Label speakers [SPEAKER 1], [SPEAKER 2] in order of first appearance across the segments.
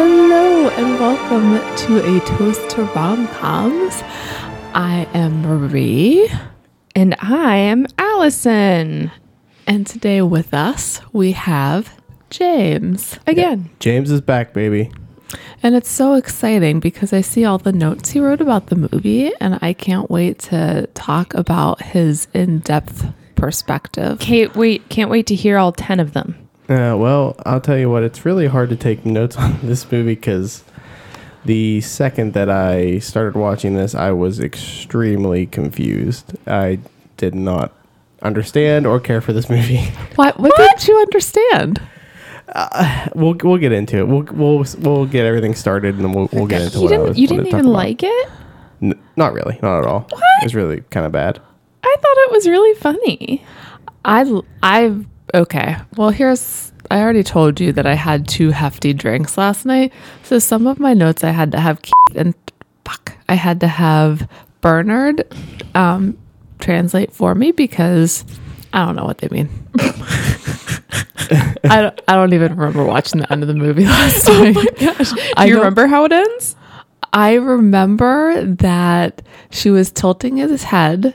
[SPEAKER 1] Hello and welcome to a toast to rom coms. I am Marie
[SPEAKER 2] And I am Allison.
[SPEAKER 1] and today with us we have James.
[SPEAKER 2] Again.
[SPEAKER 3] James is back, baby.
[SPEAKER 1] And it's so exciting because I see all the notes he wrote about the movie and I can't wait to talk about his in depth perspective.
[SPEAKER 2] Can't wait can't wait to hear all ten of them.
[SPEAKER 3] Uh, well, I'll tell you what, it's really hard to take notes on this movie because the second that I started watching this, I was extremely confused. I did not understand or care for this movie.
[SPEAKER 1] What, what, didn't you understand?
[SPEAKER 3] we'll we'll get into it. We'll we'll we'll get everything started and then we'll we'll get into
[SPEAKER 2] you
[SPEAKER 3] what I
[SPEAKER 2] didn't
[SPEAKER 3] was
[SPEAKER 2] you
[SPEAKER 3] wanted
[SPEAKER 2] didn't
[SPEAKER 3] to talk
[SPEAKER 2] even
[SPEAKER 3] about.
[SPEAKER 2] like it?
[SPEAKER 3] N- not really, not at all. What? It was really kind of bad.
[SPEAKER 2] I thought it was really funny.
[SPEAKER 1] I I okay. Well, here's I already told you that I had two hefty drinks last night. So some of my notes I had to have Keith and fuck. I had to have Bernard um, translate for me because I don't know what they mean. I don't, I don't even remember watching the end of the movie last night. I
[SPEAKER 2] Do Oh you
[SPEAKER 1] don't-
[SPEAKER 2] remember how it ends?
[SPEAKER 1] I remember that she was tilting his head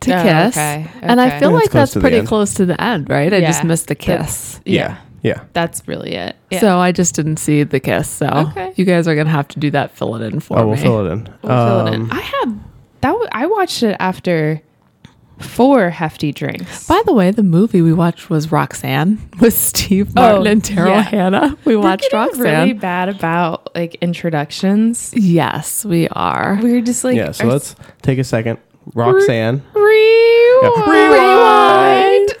[SPEAKER 1] to
[SPEAKER 2] Oh,
[SPEAKER 1] kiss.
[SPEAKER 2] okay,
[SPEAKER 1] And I
[SPEAKER 2] okay.
[SPEAKER 1] feel
[SPEAKER 3] That's
[SPEAKER 1] like
[SPEAKER 3] close
[SPEAKER 1] that's
[SPEAKER 3] to the
[SPEAKER 1] pretty
[SPEAKER 3] end.
[SPEAKER 1] close to the end, right? I just
[SPEAKER 2] Yeah.
[SPEAKER 1] missed the kiss.
[SPEAKER 3] Yeah, yeah.
[SPEAKER 2] That's really it. So
[SPEAKER 1] So I just didn't see the kiss. So
[SPEAKER 2] Okay.
[SPEAKER 1] you guys are going to have to do that fill it in for
[SPEAKER 3] Oh, we'll
[SPEAKER 1] me.
[SPEAKER 3] fill it in. Um,
[SPEAKER 2] fill it in. I had that w- I watched it after four hefty drinks.
[SPEAKER 1] By the way, the movie we watched was Roxanne with Steve
[SPEAKER 2] Oh,
[SPEAKER 1] Martin and Terrell
[SPEAKER 2] yeah.
[SPEAKER 1] Hannah. We watched Roxanne.
[SPEAKER 2] really bad about like introductions.
[SPEAKER 1] yes, we are.
[SPEAKER 2] We were just like
[SPEAKER 3] yeah, so
[SPEAKER 2] our-
[SPEAKER 3] let's take a second. Roxanne.
[SPEAKER 2] rewind.
[SPEAKER 1] Rewind.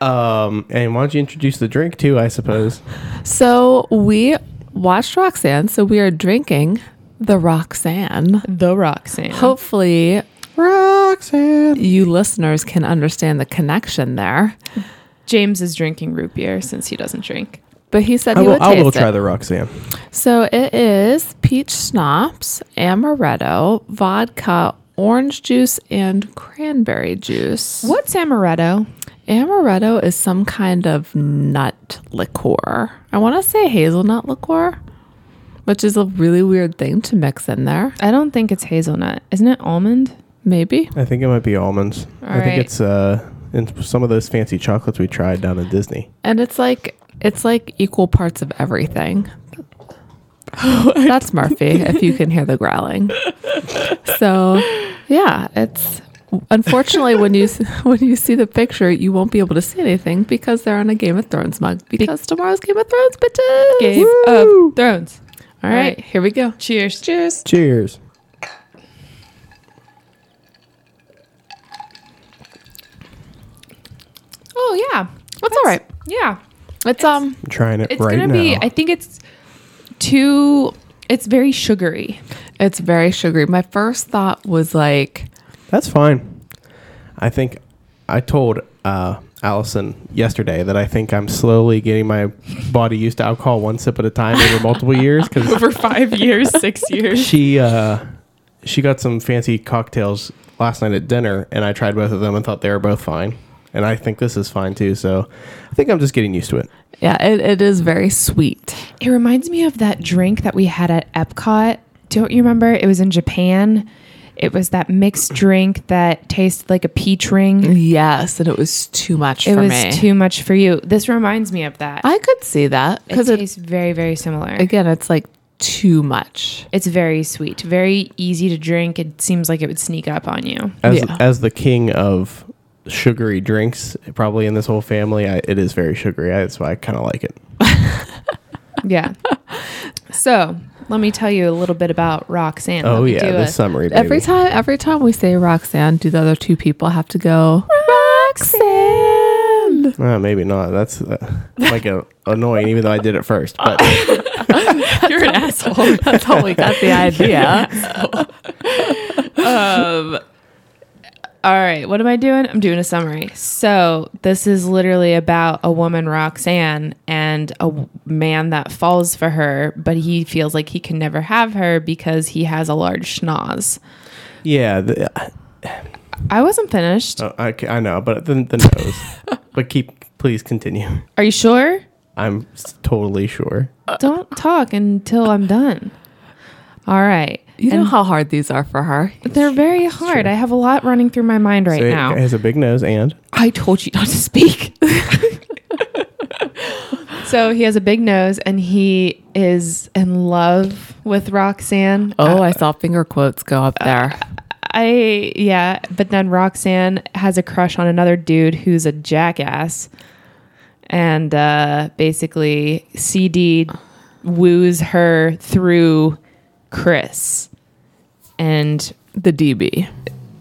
[SPEAKER 3] Um, and why don't you introduce the drink too? I suppose.
[SPEAKER 1] So we watched Roxanne. So we are drinking the Roxanne.
[SPEAKER 2] The Roxanne.
[SPEAKER 1] Hopefully,
[SPEAKER 3] Roxanne.
[SPEAKER 1] you listeners can understand the connection there.
[SPEAKER 2] James is drinking root beer since he doesn't drink.
[SPEAKER 1] But he said
[SPEAKER 3] I
[SPEAKER 1] he
[SPEAKER 3] will,
[SPEAKER 1] would
[SPEAKER 3] I
[SPEAKER 1] taste
[SPEAKER 3] will
[SPEAKER 1] it.
[SPEAKER 3] try the Roxanne.
[SPEAKER 1] So it is peach schnapps, amaretto, vodka, orange juice, and cranberry juice.
[SPEAKER 2] What's amaretto?
[SPEAKER 1] Amaretto is some kind of nut liqueur. I want to say hazelnut liqueur, which is a really weird thing to mix in there.
[SPEAKER 2] I don't think it's hazelnut. Isn't it almond?
[SPEAKER 1] Maybe.
[SPEAKER 3] I think it might be almonds. I
[SPEAKER 2] right.
[SPEAKER 3] think it's uh in some of those fancy chocolates we tried down at Disney.
[SPEAKER 1] And it's like it's like equal parts of everything. That's Murphy, if you can hear the growling. So, yeah, it's unfortunately when you s- when you see the picture, you won't be able to see anything because they're on a Game of Thrones mug because tomorrow's Game of Thrones, bitches.
[SPEAKER 2] Game of Thrones.
[SPEAKER 1] All right, here we go.
[SPEAKER 2] Cheers. Cheers.
[SPEAKER 3] Cheers.
[SPEAKER 2] Oh yeah. That's,
[SPEAKER 1] all right.
[SPEAKER 2] Yeah.
[SPEAKER 1] It's um
[SPEAKER 3] I'm trying it
[SPEAKER 2] It's
[SPEAKER 3] right
[SPEAKER 2] gonna
[SPEAKER 3] now.
[SPEAKER 2] be I think it's too it's very sugary.
[SPEAKER 1] it's very sugary. My first thought was like
[SPEAKER 3] That's fine. I think I told uh Allison yesterday that I think I'm slowly getting my body used to alcohol one sip at a time over multiple years because
[SPEAKER 2] Over five years, six years.
[SPEAKER 3] she uh she got some fancy cocktails last night at dinner and i tried both of them and thought they were both fine and i think this is fine too so i think i'm just getting used to it
[SPEAKER 1] yeah, it, it is very sweet.
[SPEAKER 2] It reminds me of that drink that we had at Epcot. Don't you remember? It was in Japan. It was that mixed drink that tasted like a peach ring.
[SPEAKER 1] Yes, and it was too much
[SPEAKER 2] It
[SPEAKER 1] for
[SPEAKER 2] was
[SPEAKER 1] me.
[SPEAKER 2] too much for you. This reminds me of that.
[SPEAKER 1] I could see that
[SPEAKER 2] It
[SPEAKER 1] because it,
[SPEAKER 2] tastes very, very similar.
[SPEAKER 1] again, it's like too much.
[SPEAKER 2] It's very sweet, very easy to drink. It seems like it would sneak up on you.
[SPEAKER 3] as
[SPEAKER 1] Yeah.
[SPEAKER 3] as the king of sugary drinks probably in this whole family I, it is very sugary I, that's why i kind of like it
[SPEAKER 2] Yeah. so let me tell you a little bit about Roxanne. Let
[SPEAKER 3] oh
[SPEAKER 2] me
[SPEAKER 3] yeah
[SPEAKER 2] do
[SPEAKER 3] this
[SPEAKER 2] a-
[SPEAKER 3] summary baby.
[SPEAKER 1] Every time, every time we say Roxanne, do the other two people have to go Roxanne?
[SPEAKER 3] Uh, maybe not that's uh, like a, annoying even though i did it first but
[SPEAKER 2] You're an asshole.
[SPEAKER 1] That's how we got the idea.
[SPEAKER 2] All right, what am I doing? I'm doing a summary. So, this is literally about a woman, Roxanne, and a w- man that falls for her, but he feels like he can never have her because he has a large schnoz.
[SPEAKER 3] yeah the,
[SPEAKER 2] I wasn't finished.
[SPEAKER 3] uh, I, I know but the, the nose but keep please continue
[SPEAKER 2] Are you sure?
[SPEAKER 3] I'm s- totally sure.
[SPEAKER 2] Don't talk until I'm done. All right.
[SPEAKER 1] You know
[SPEAKER 2] And
[SPEAKER 1] how hard these are for her.
[SPEAKER 2] they're very hard. I have a lot running through my mind right
[SPEAKER 3] so it
[SPEAKER 2] now.
[SPEAKER 3] has a big nose and
[SPEAKER 2] I told you not to speak. so he has a big nose and he is in love with Roxanne.
[SPEAKER 1] Oh, I saw finger quotes go up there.
[SPEAKER 2] I, yeah, but then Roxanne has a crush on another dude who's a jackass. And uh, basically, CD woos her through Chris and
[SPEAKER 1] The DB.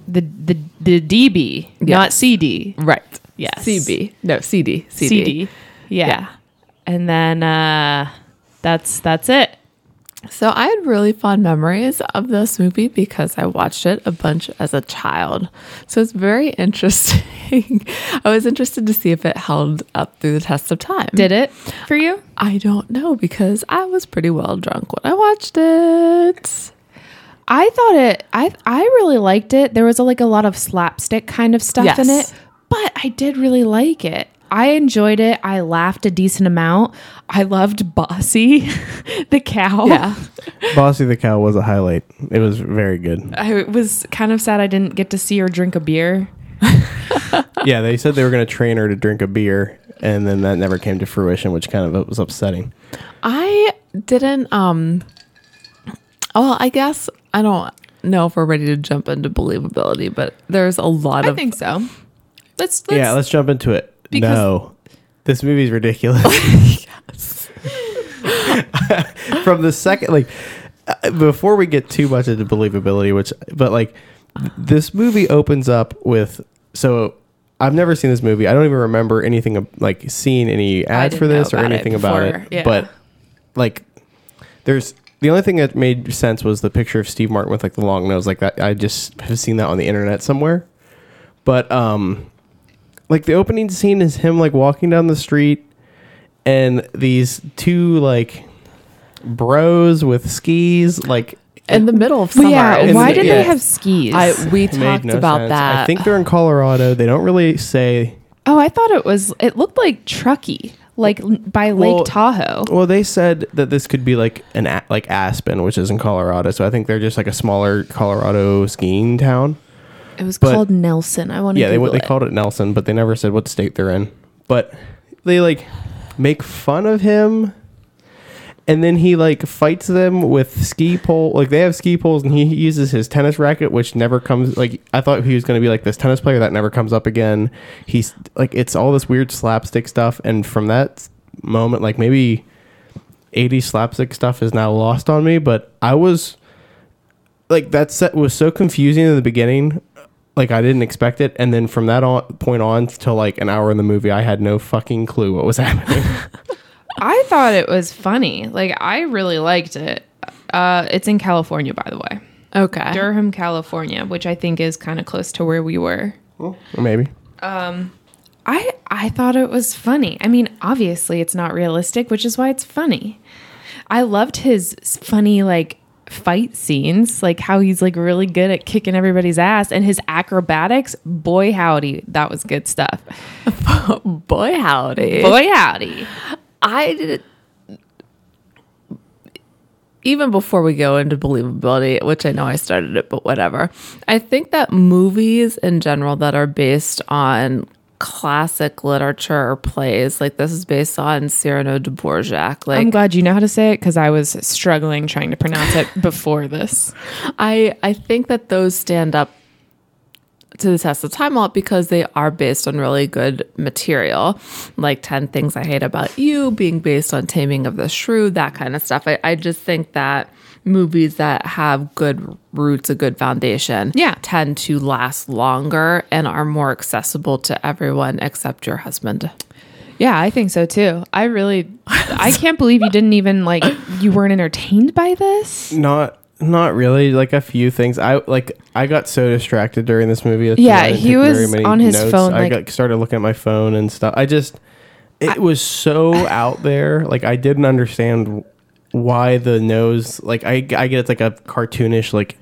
[SPEAKER 2] the, the, the DB, not CD.
[SPEAKER 1] Right.
[SPEAKER 2] Yes.
[SPEAKER 1] CB. No, CD. CD.
[SPEAKER 2] CD. Yeah.
[SPEAKER 1] Yeah.
[SPEAKER 2] And then uh that's that's it.
[SPEAKER 1] So I had really fond memories of this movie because I watched it a bunch as a child. So it's very interesting. I was interested to see if it held up through the test of time.
[SPEAKER 2] Did it for you?
[SPEAKER 1] I don't know because I was pretty well drunk when I watched it.
[SPEAKER 2] I thought it I I really liked it. There was like a lot of slapstick kind of stuff in
[SPEAKER 1] Yes.
[SPEAKER 2] it, but I did really like it. I enjoyed it. I laughed a decent amount. I loved Bossy, the cow.
[SPEAKER 3] Bossy the cow was a highlight. It was very good.
[SPEAKER 2] I was kind of sad I didn't get to see her drink a beer.
[SPEAKER 3] yeah, they said they were going to train her to drink a beer, and then that never came to fruition, which kind of was upsetting.
[SPEAKER 1] I didn't um well, I guess I don't know if we're ready to jump into believability, but there's a lot
[SPEAKER 2] I
[SPEAKER 1] of
[SPEAKER 2] think so. Let's, let's
[SPEAKER 3] yeah, let's jump into it.
[SPEAKER 2] Because-
[SPEAKER 3] no, this movie's ridiculous. From the second, like, uh, before we get too much into believability, which, but like, this movie opens up with so. I've never seen this movie. I don't even remember anything of- like seeing any ads
[SPEAKER 2] didn't
[SPEAKER 3] for this
[SPEAKER 2] know
[SPEAKER 3] or
[SPEAKER 2] about it
[SPEAKER 3] anything about
[SPEAKER 2] before,
[SPEAKER 3] it.
[SPEAKER 2] yeah.
[SPEAKER 3] But like there's the only thing that made sense was the picture of Steve Martin with like the long nose like that. I just have seen that on the internet somewhere. But um like the opening scene is him like walking down the street and these two like bros with skis like
[SPEAKER 1] in the middle of summer.
[SPEAKER 2] Well, yeah,
[SPEAKER 1] it's-
[SPEAKER 2] why
[SPEAKER 3] the-
[SPEAKER 2] did
[SPEAKER 3] yeah.
[SPEAKER 2] they have skis?
[SPEAKER 1] I we
[SPEAKER 3] made
[SPEAKER 1] talked
[SPEAKER 3] no
[SPEAKER 1] about
[SPEAKER 3] sense.
[SPEAKER 1] that.
[SPEAKER 3] I think they're in Colorado. They don't really say
[SPEAKER 2] Oh, I thought it was. It looked like Truckee, like l- by Lake
[SPEAKER 3] Well-
[SPEAKER 2] Tahoe.
[SPEAKER 3] Well, they said that this could be like an a- like Aspen, which is in Colorado. So I think they're just like a smaller Colorado skiing town.
[SPEAKER 2] It was
[SPEAKER 3] but-
[SPEAKER 2] called Nelson. I want to.
[SPEAKER 3] yeah, they
[SPEAKER 2] Google
[SPEAKER 3] they
[SPEAKER 2] it.
[SPEAKER 3] called it Nelson, but they never said what state they're in. But they like make fun of him, and then he like fights them with ski pole. Like they have ski poles, and he uses his tennis racket, which never comes. Like I thought he was going to be like this tennis player that never comes up again. He's like it's all this weird slapstick stuff, and from that moment, like maybe. 80 slapstick stuff is now lost on me, but I was like that set was so confusing in the beginning like i didn't expect it and then from that on, point on till like an hour in the movie i had no fucking clue what was happening
[SPEAKER 2] I thought it was funny. Like I really liked it. Uh, it's in California, by the way,
[SPEAKER 1] okay.
[SPEAKER 2] Durham, California, which I think is kind of close to where we were.
[SPEAKER 3] maybe
[SPEAKER 2] I I thought it was funny. I mean, obviously it's not realistic, which is why it's funny. I loved his s- funny like fight scenes, like how he's like really good at kicking everybody's ass and his acrobatics. Boy howdy, that was good stuff.
[SPEAKER 1] Boy howdy.
[SPEAKER 2] Boy howdy.
[SPEAKER 1] I did even before we go into believability, which I know I started it, but whatever. I think that movies in general that are based on classic literature or plays, like this is based on Cyrano de Borgerac.
[SPEAKER 2] I'm
[SPEAKER 1] Like
[SPEAKER 2] glad you know how to say it because I was struggling trying to pronounce it before this.
[SPEAKER 1] I I think that those stand up to the test of time a lot because they are based on really good material, like Ten Things I Hate About You, being based on Taming of the Shrew, that kind of stuff. I, I just think that movies that have good roots, a good foundation,
[SPEAKER 2] Yeah.
[SPEAKER 1] tend to last longer and are more accessible to everyone except your husband.
[SPEAKER 2] Yeah, I think so too. I really, I can't believe you didn't even like you weren't entertained by this.
[SPEAKER 3] not not really like a few things i like i got so distracted during this movie that's
[SPEAKER 2] Yeah,
[SPEAKER 3] why I didn't
[SPEAKER 2] he
[SPEAKER 3] take very
[SPEAKER 2] was
[SPEAKER 3] many
[SPEAKER 2] on his phone,
[SPEAKER 3] i
[SPEAKER 2] like-
[SPEAKER 3] got, started looking at my phone and stuff i just it was so out there like i didn't understand why the nose like i, I get it's like a cartoonish like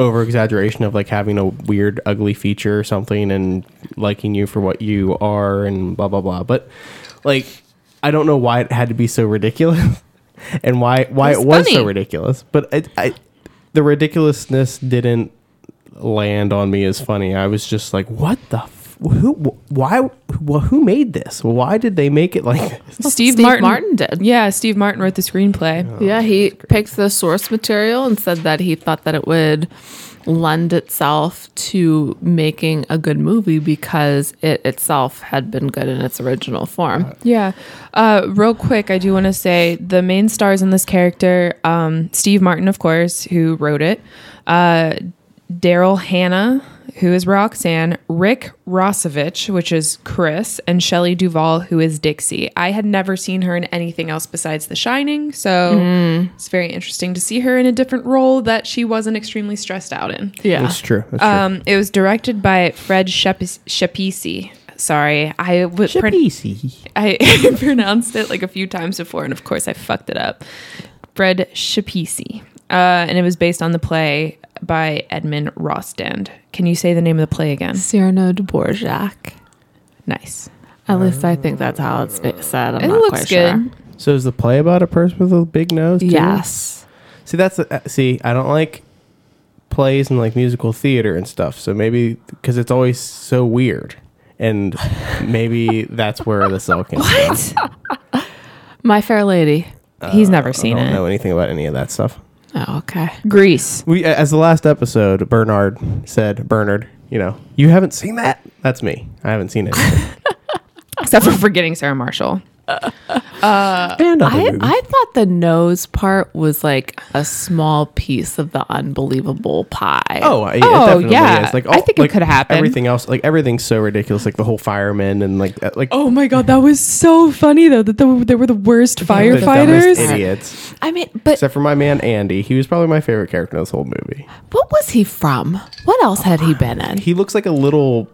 [SPEAKER 3] over exaggeration of like having a weird ugly feature or something and liking you for what you are and blah blah blah but like I don't know why it had to be so ridiculous, and why why
[SPEAKER 2] It
[SPEAKER 3] it
[SPEAKER 2] was
[SPEAKER 3] was so
[SPEAKER 2] funny.
[SPEAKER 3] ridiculous. But it, I, the ridiculousness didn't land on me as funny. I was just like, what the. F- who? wh- Why? Wh- who made this? Why did they make it like this?
[SPEAKER 2] Steve,
[SPEAKER 1] Steve
[SPEAKER 2] Martin.
[SPEAKER 1] Martin did.
[SPEAKER 2] Yeah, Steve Martin wrote the screenplay.
[SPEAKER 1] yeah, he picked the source material and said that he thought that it would lend itself to making a good movie because it itself had been good in its original form.
[SPEAKER 2] Yeah. Uh, real quick, I do want to say the main stars in this character um, Steve Martin, of course, who wrote it, uh, Daryl Hannah, who is Roxanne, Rick Rossovich, which is Chris, and Shelley Duvall, who is Dixie. I had never seen her in anything else besides The Shining, so it's very interesting to see her in a different role that she wasn't extremely stressed out in.
[SPEAKER 1] Yeah.
[SPEAKER 3] That's true. That's true.
[SPEAKER 2] Um, it was directed by Fred Shepis- Shapisi. Sorry, I would.
[SPEAKER 3] Shapisi.
[SPEAKER 2] I pronounced it like a few times before, and of course I fucked it up. Fred Shapisi. Uh, and it was based on the play by Edmund Rostand. Can you say the name of the play again?
[SPEAKER 1] Cyrano de Borjac.
[SPEAKER 2] Nice.
[SPEAKER 1] At least I think that's how it's ba- said. I'm
[SPEAKER 2] It
[SPEAKER 1] not
[SPEAKER 2] looks
[SPEAKER 1] quite
[SPEAKER 2] good.
[SPEAKER 1] sure.
[SPEAKER 3] So is the play about a person with a big nose? too?
[SPEAKER 1] Yes.
[SPEAKER 3] See, that's uh, see, I don't like plays and like musical theater and stuff. So maybe because it's always so weird, and maybe that's where this all came. What?
[SPEAKER 1] My Fair Lady.
[SPEAKER 2] He's never
[SPEAKER 3] I
[SPEAKER 2] seen
[SPEAKER 3] don't
[SPEAKER 2] it.
[SPEAKER 3] know anything about any of that stuff.
[SPEAKER 1] Oh, okay.
[SPEAKER 2] Greece.
[SPEAKER 3] We, as the last episode, Bernard said, Bernard, you know, you haven't seen that. That's me. I haven't seen it.
[SPEAKER 2] Except for forgetting Sarah Marshall. Uh,
[SPEAKER 3] and other
[SPEAKER 1] I,
[SPEAKER 3] movies.
[SPEAKER 1] I thought the nose part was like a small piece of the unbelievable pie.
[SPEAKER 3] Oh, I- it
[SPEAKER 2] Oh,
[SPEAKER 3] definitely
[SPEAKER 2] yeah.
[SPEAKER 3] is. Like,
[SPEAKER 2] I think it
[SPEAKER 3] like,
[SPEAKER 2] could happen.
[SPEAKER 3] Everything else, like everything's so ridiculous. Like the whole fireman and like uh, like
[SPEAKER 2] Oh my god, that was so funny though. That the, they were the worst
[SPEAKER 3] the dumbest
[SPEAKER 2] firefighters.
[SPEAKER 3] idiots.
[SPEAKER 1] I mean, but
[SPEAKER 3] except for my man Andy. He was probably my favorite character in this whole movie.
[SPEAKER 1] what was he from? What else had he been in?
[SPEAKER 3] He looks like a little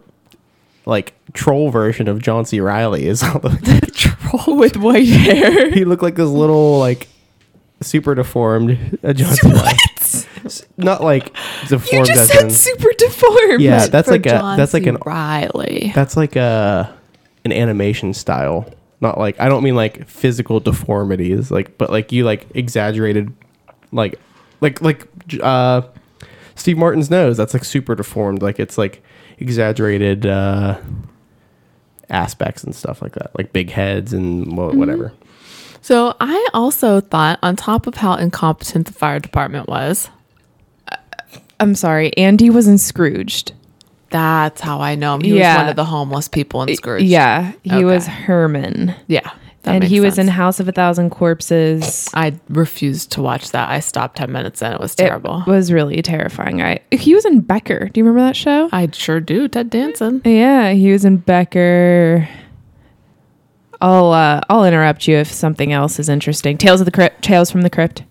[SPEAKER 3] like troll version of John C. Riley. Is all the
[SPEAKER 1] Troll with white hair.
[SPEAKER 3] he looked like this little like super deformed uh, John C. Riley. S- Not like
[SPEAKER 2] You
[SPEAKER 3] deformed
[SPEAKER 2] just
[SPEAKER 3] as
[SPEAKER 2] said
[SPEAKER 3] in-
[SPEAKER 2] super deformed.
[SPEAKER 3] yeah. That's
[SPEAKER 1] For
[SPEAKER 3] like a
[SPEAKER 1] John
[SPEAKER 3] that's like
[SPEAKER 1] C.
[SPEAKER 3] an
[SPEAKER 1] Riley.
[SPEAKER 3] that's like a an animation style. Not like I don't mean like physical deformities, like but like you like exaggerated, like like like uh, Steve Martin's nose. That's like super deformed. Like it's like exaggerated uh, aspects and stuff like that, like big heads and
[SPEAKER 1] Mm-hmm.
[SPEAKER 3] wha- whatever.
[SPEAKER 1] So I also thought, on top of how incompetent the fire department was,
[SPEAKER 2] I'm sorry. Andy was in Scrooged.
[SPEAKER 1] that's how I know him. He
[SPEAKER 2] Yeah.
[SPEAKER 1] was one of the homeless people in Scrooge.
[SPEAKER 2] Yeah, he
[SPEAKER 1] Okay.
[SPEAKER 2] was Herman.
[SPEAKER 1] yeah. that
[SPEAKER 2] and
[SPEAKER 1] makes
[SPEAKER 2] he was
[SPEAKER 1] sense.
[SPEAKER 2] in House of a Thousand Corpses.
[SPEAKER 1] I refused to watch that. I stopped ten minutes in. It was
[SPEAKER 2] It
[SPEAKER 1] terrible.
[SPEAKER 2] was really terrifying. I he was in Becker. Do you remember that show?
[SPEAKER 1] I sure do. Ted Danson.
[SPEAKER 2] yeah, he was in Becker. I'll uh, I'll interrupt you if something else is interesting. Tales of the Crypt, Tales from the Crypt.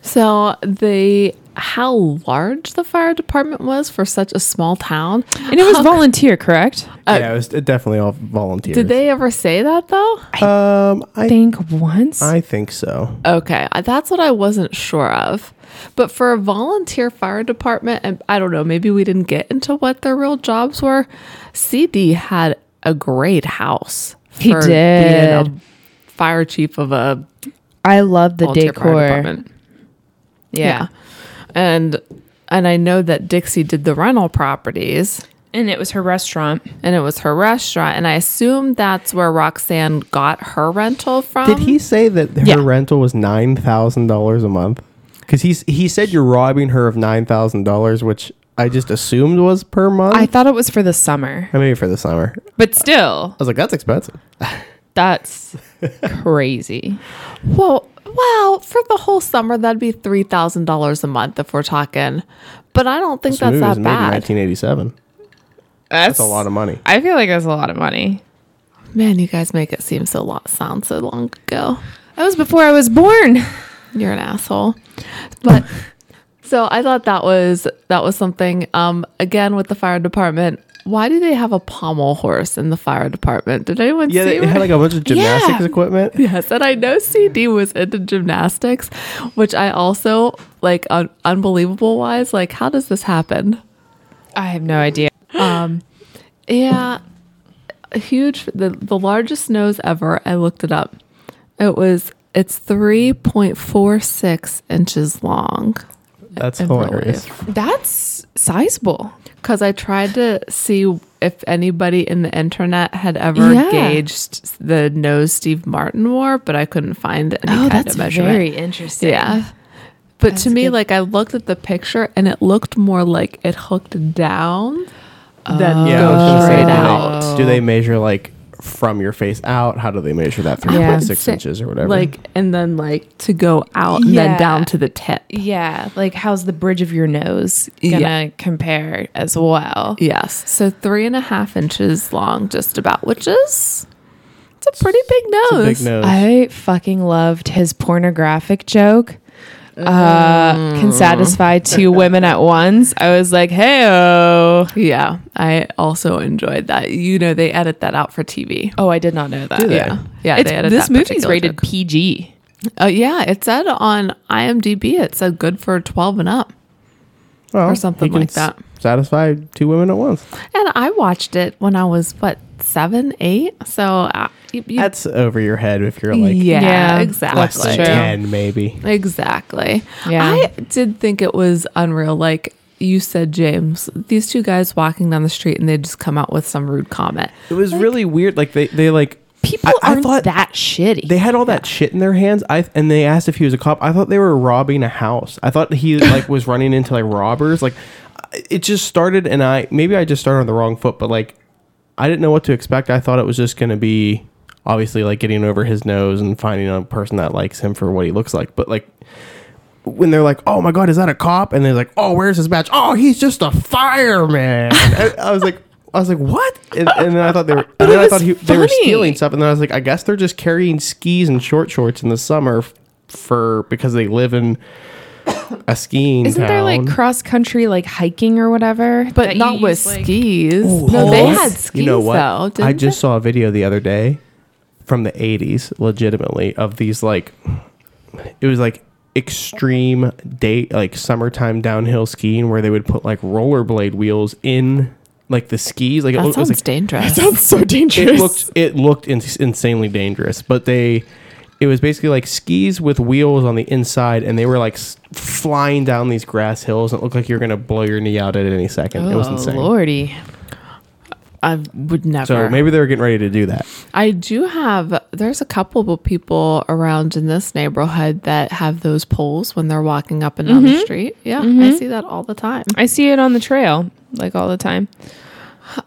[SPEAKER 1] So the how large the fire department was for such a small town,
[SPEAKER 2] And it was volunteer, correct?
[SPEAKER 3] yeah, it was definitely all volunteers.
[SPEAKER 1] Uh, Did they ever say that though?
[SPEAKER 3] Um,
[SPEAKER 2] I
[SPEAKER 3] I
[SPEAKER 2] think once.
[SPEAKER 3] I think so.
[SPEAKER 1] Okay, I- that's what I wasn't sure of. But for a volunteer fire department, and I don't know, maybe we didn't get into what their real jobs were. CD had a great house.
[SPEAKER 2] He
[SPEAKER 1] for
[SPEAKER 2] did.
[SPEAKER 1] Being a fire chief of a
[SPEAKER 2] I love the
[SPEAKER 1] volunteer fire
[SPEAKER 2] decor.
[SPEAKER 1] department. Yeah. and and I know that Dixie did the rental properties.
[SPEAKER 2] And it was her restaurant.
[SPEAKER 3] Oh.
[SPEAKER 1] and it was her restaurant. And I assume that's where Roxanne got her rental from.
[SPEAKER 3] Did he say that her
[SPEAKER 1] Um, yeah.
[SPEAKER 3] rental was nine thousand dollars a month? Because he's he said you're robbing her of nine thousand dollars, which I just assumed was per month.
[SPEAKER 2] I thought it was for the summer.
[SPEAKER 3] Uh, maybe for the summer. I
[SPEAKER 2] But still,
[SPEAKER 3] was like, that's expensive.
[SPEAKER 2] that's crazy.
[SPEAKER 1] Well, well, for the whole summer, that'd be three thousand dollars a month if we're talking. But I don't think
[SPEAKER 3] This movie
[SPEAKER 1] that's
[SPEAKER 3] was
[SPEAKER 1] that
[SPEAKER 3] made in
[SPEAKER 1] bad.
[SPEAKER 3] 1987. That's a lot of money.
[SPEAKER 2] I feel like that's a lot of money.
[SPEAKER 1] Man, you guys make it seem so long, sound so long ago.
[SPEAKER 2] That was before I was born.
[SPEAKER 1] You're an asshole. But so I thought that was that was something. Um, again with the fire department. Why do they have a pommel horse in the fire department? Did anyone
[SPEAKER 3] Yeah,
[SPEAKER 1] see?
[SPEAKER 3] they
[SPEAKER 1] one?
[SPEAKER 3] had like a bunch of gymnastics
[SPEAKER 1] Yeah.
[SPEAKER 3] equipment.
[SPEAKER 1] Yes, and I know CD was into gymnastics, which I also like un- unbelievable wise. Like, how does this happen?
[SPEAKER 2] I have no idea.
[SPEAKER 1] Yeah, a huge, the, the largest nose ever. I looked it up. It was. It's three point four six inches long.
[SPEAKER 3] That's
[SPEAKER 1] in real
[SPEAKER 3] hilarious.
[SPEAKER 1] life.
[SPEAKER 2] That's sizable.
[SPEAKER 1] Because I tried to see if anybody in the internet had ever
[SPEAKER 2] Yeah.
[SPEAKER 1] gauged the nose Steve Martin wore, but I couldn't find any
[SPEAKER 2] Oh,
[SPEAKER 1] kind
[SPEAKER 2] that's
[SPEAKER 1] of measurement.
[SPEAKER 2] very interesting.
[SPEAKER 1] yeah. But
[SPEAKER 2] That's
[SPEAKER 1] to me,
[SPEAKER 2] good.
[SPEAKER 1] like I looked at the picture and it looked more like it hooked down than
[SPEAKER 3] Yeah, I was
[SPEAKER 1] go
[SPEAKER 3] gonna say,
[SPEAKER 1] straight
[SPEAKER 3] do they-
[SPEAKER 1] out.
[SPEAKER 3] Do they measure like from your face out? How do they measure that three
[SPEAKER 2] Yeah.
[SPEAKER 3] point six
[SPEAKER 1] Say-
[SPEAKER 3] inches or whatever?
[SPEAKER 1] Like and then like to go out and
[SPEAKER 2] Yeah.
[SPEAKER 1] then down to the tip.
[SPEAKER 2] Yeah, like how's the bridge of your nose gonna
[SPEAKER 1] Yeah.
[SPEAKER 2] compare as well?
[SPEAKER 1] Yes. So three and a half inches long, just about, which is it's a pretty big nose.
[SPEAKER 3] It's a big nose.
[SPEAKER 2] I fucking loved his pornographic joke. Uh, can satisfy two women at once. I was like, hey, oh.
[SPEAKER 1] Yeah, I also enjoyed that. You know, they edit that out for TV.
[SPEAKER 2] Oh, I did not know that.
[SPEAKER 3] Do they?
[SPEAKER 1] Yeah, yeah.
[SPEAKER 2] It's-
[SPEAKER 1] they edit
[SPEAKER 2] this
[SPEAKER 1] that
[SPEAKER 2] movie's
[SPEAKER 1] particular
[SPEAKER 2] rated
[SPEAKER 1] joke.
[SPEAKER 2] PG.
[SPEAKER 1] Oh, yeah. It said on IMDb, it said good for twelve and up.
[SPEAKER 3] Well,
[SPEAKER 1] or something
[SPEAKER 3] he can
[SPEAKER 1] like that.
[SPEAKER 3] s- Satisfy two women at once.
[SPEAKER 1] And I watched it when I was what seven, eight. So uh, you, you-
[SPEAKER 3] That's over your head if you're like
[SPEAKER 1] yeah,
[SPEAKER 2] Yeah,
[SPEAKER 1] exactly.
[SPEAKER 3] less than
[SPEAKER 2] True.
[SPEAKER 3] ten, maybe.
[SPEAKER 1] Exactly.
[SPEAKER 2] Yeah.
[SPEAKER 1] I did think it was unreal. Like you said, James, these two guys walking down the street and they just come out with some rude comment.
[SPEAKER 3] It was really weird. Like they, they like
[SPEAKER 2] People
[SPEAKER 3] I
[SPEAKER 2] aren't
[SPEAKER 3] thought-
[SPEAKER 2] that shitty.
[SPEAKER 3] they had all that shit in their hands. I and they asked if he was a cop. I thought they were robbing a house. I thought he like was running into like robbers. Like it just started, and I maybe I just started on the wrong foot, but like I didn't know what to expect. I thought it was just gonna be obviously like getting over his nose and finding a person that likes him for what he looks like, but like. When they're like, "Oh my God, is that a cop?" and they're like, "Oh, where's his badge?" "Oh, he's just a fireman." And I was like, "I was like, what?" And, and then I thought they were, and then I
[SPEAKER 2] was
[SPEAKER 3] thought he, they were
[SPEAKER 2] funny.
[SPEAKER 3] stealing stuff and then i was like i guess they're just carrying skis and short shorts in the summer f- for because they live in a skiing
[SPEAKER 2] Isn't there like
[SPEAKER 3] town.
[SPEAKER 2] cross country like hiking or whatever?
[SPEAKER 1] But
[SPEAKER 2] that
[SPEAKER 1] not
[SPEAKER 2] you
[SPEAKER 1] with
[SPEAKER 2] use, like-
[SPEAKER 1] skis. no, they
[SPEAKER 2] poles?
[SPEAKER 1] had skis
[SPEAKER 3] you know what
[SPEAKER 1] though. Didn't
[SPEAKER 3] i
[SPEAKER 1] they?
[SPEAKER 3] just saw a video the other day from the 80s legitimately of these like it was like extreme day like summertime downhill skiing where they would put like rollerblade wheels in like the skis like it,
[SPEAKER 1] that
[SPEAKER 3] looked- it was
[SPEAKER 1] sounds
[SPEAKER 3] like
[SPEAKER 1] dangerous.
[SPEAKER 2] That's so dangerous.
[SPEAKER 3] it looked it looked ins- insanely dangerous but they it was basically like skis with wheels on the inside and they were like s- flying down these grass hills and it looked like you're gonna blow your knee out at any second it was
[SPEAKER 1] Oh,
[SPEAKER 3] insane
[SPEAKER 2] lordy.
[SPEAKER 1] I would never.
[SPEAKER 3] so maybe they were getting ready to do that
[SPEAKER 1] I do have. There's a couple of people around in this neighborhood that have those poles when they're walking up and down the street. Yeah, I see that all the time.
[SPEAKER 2] I see it on the trail like all the time.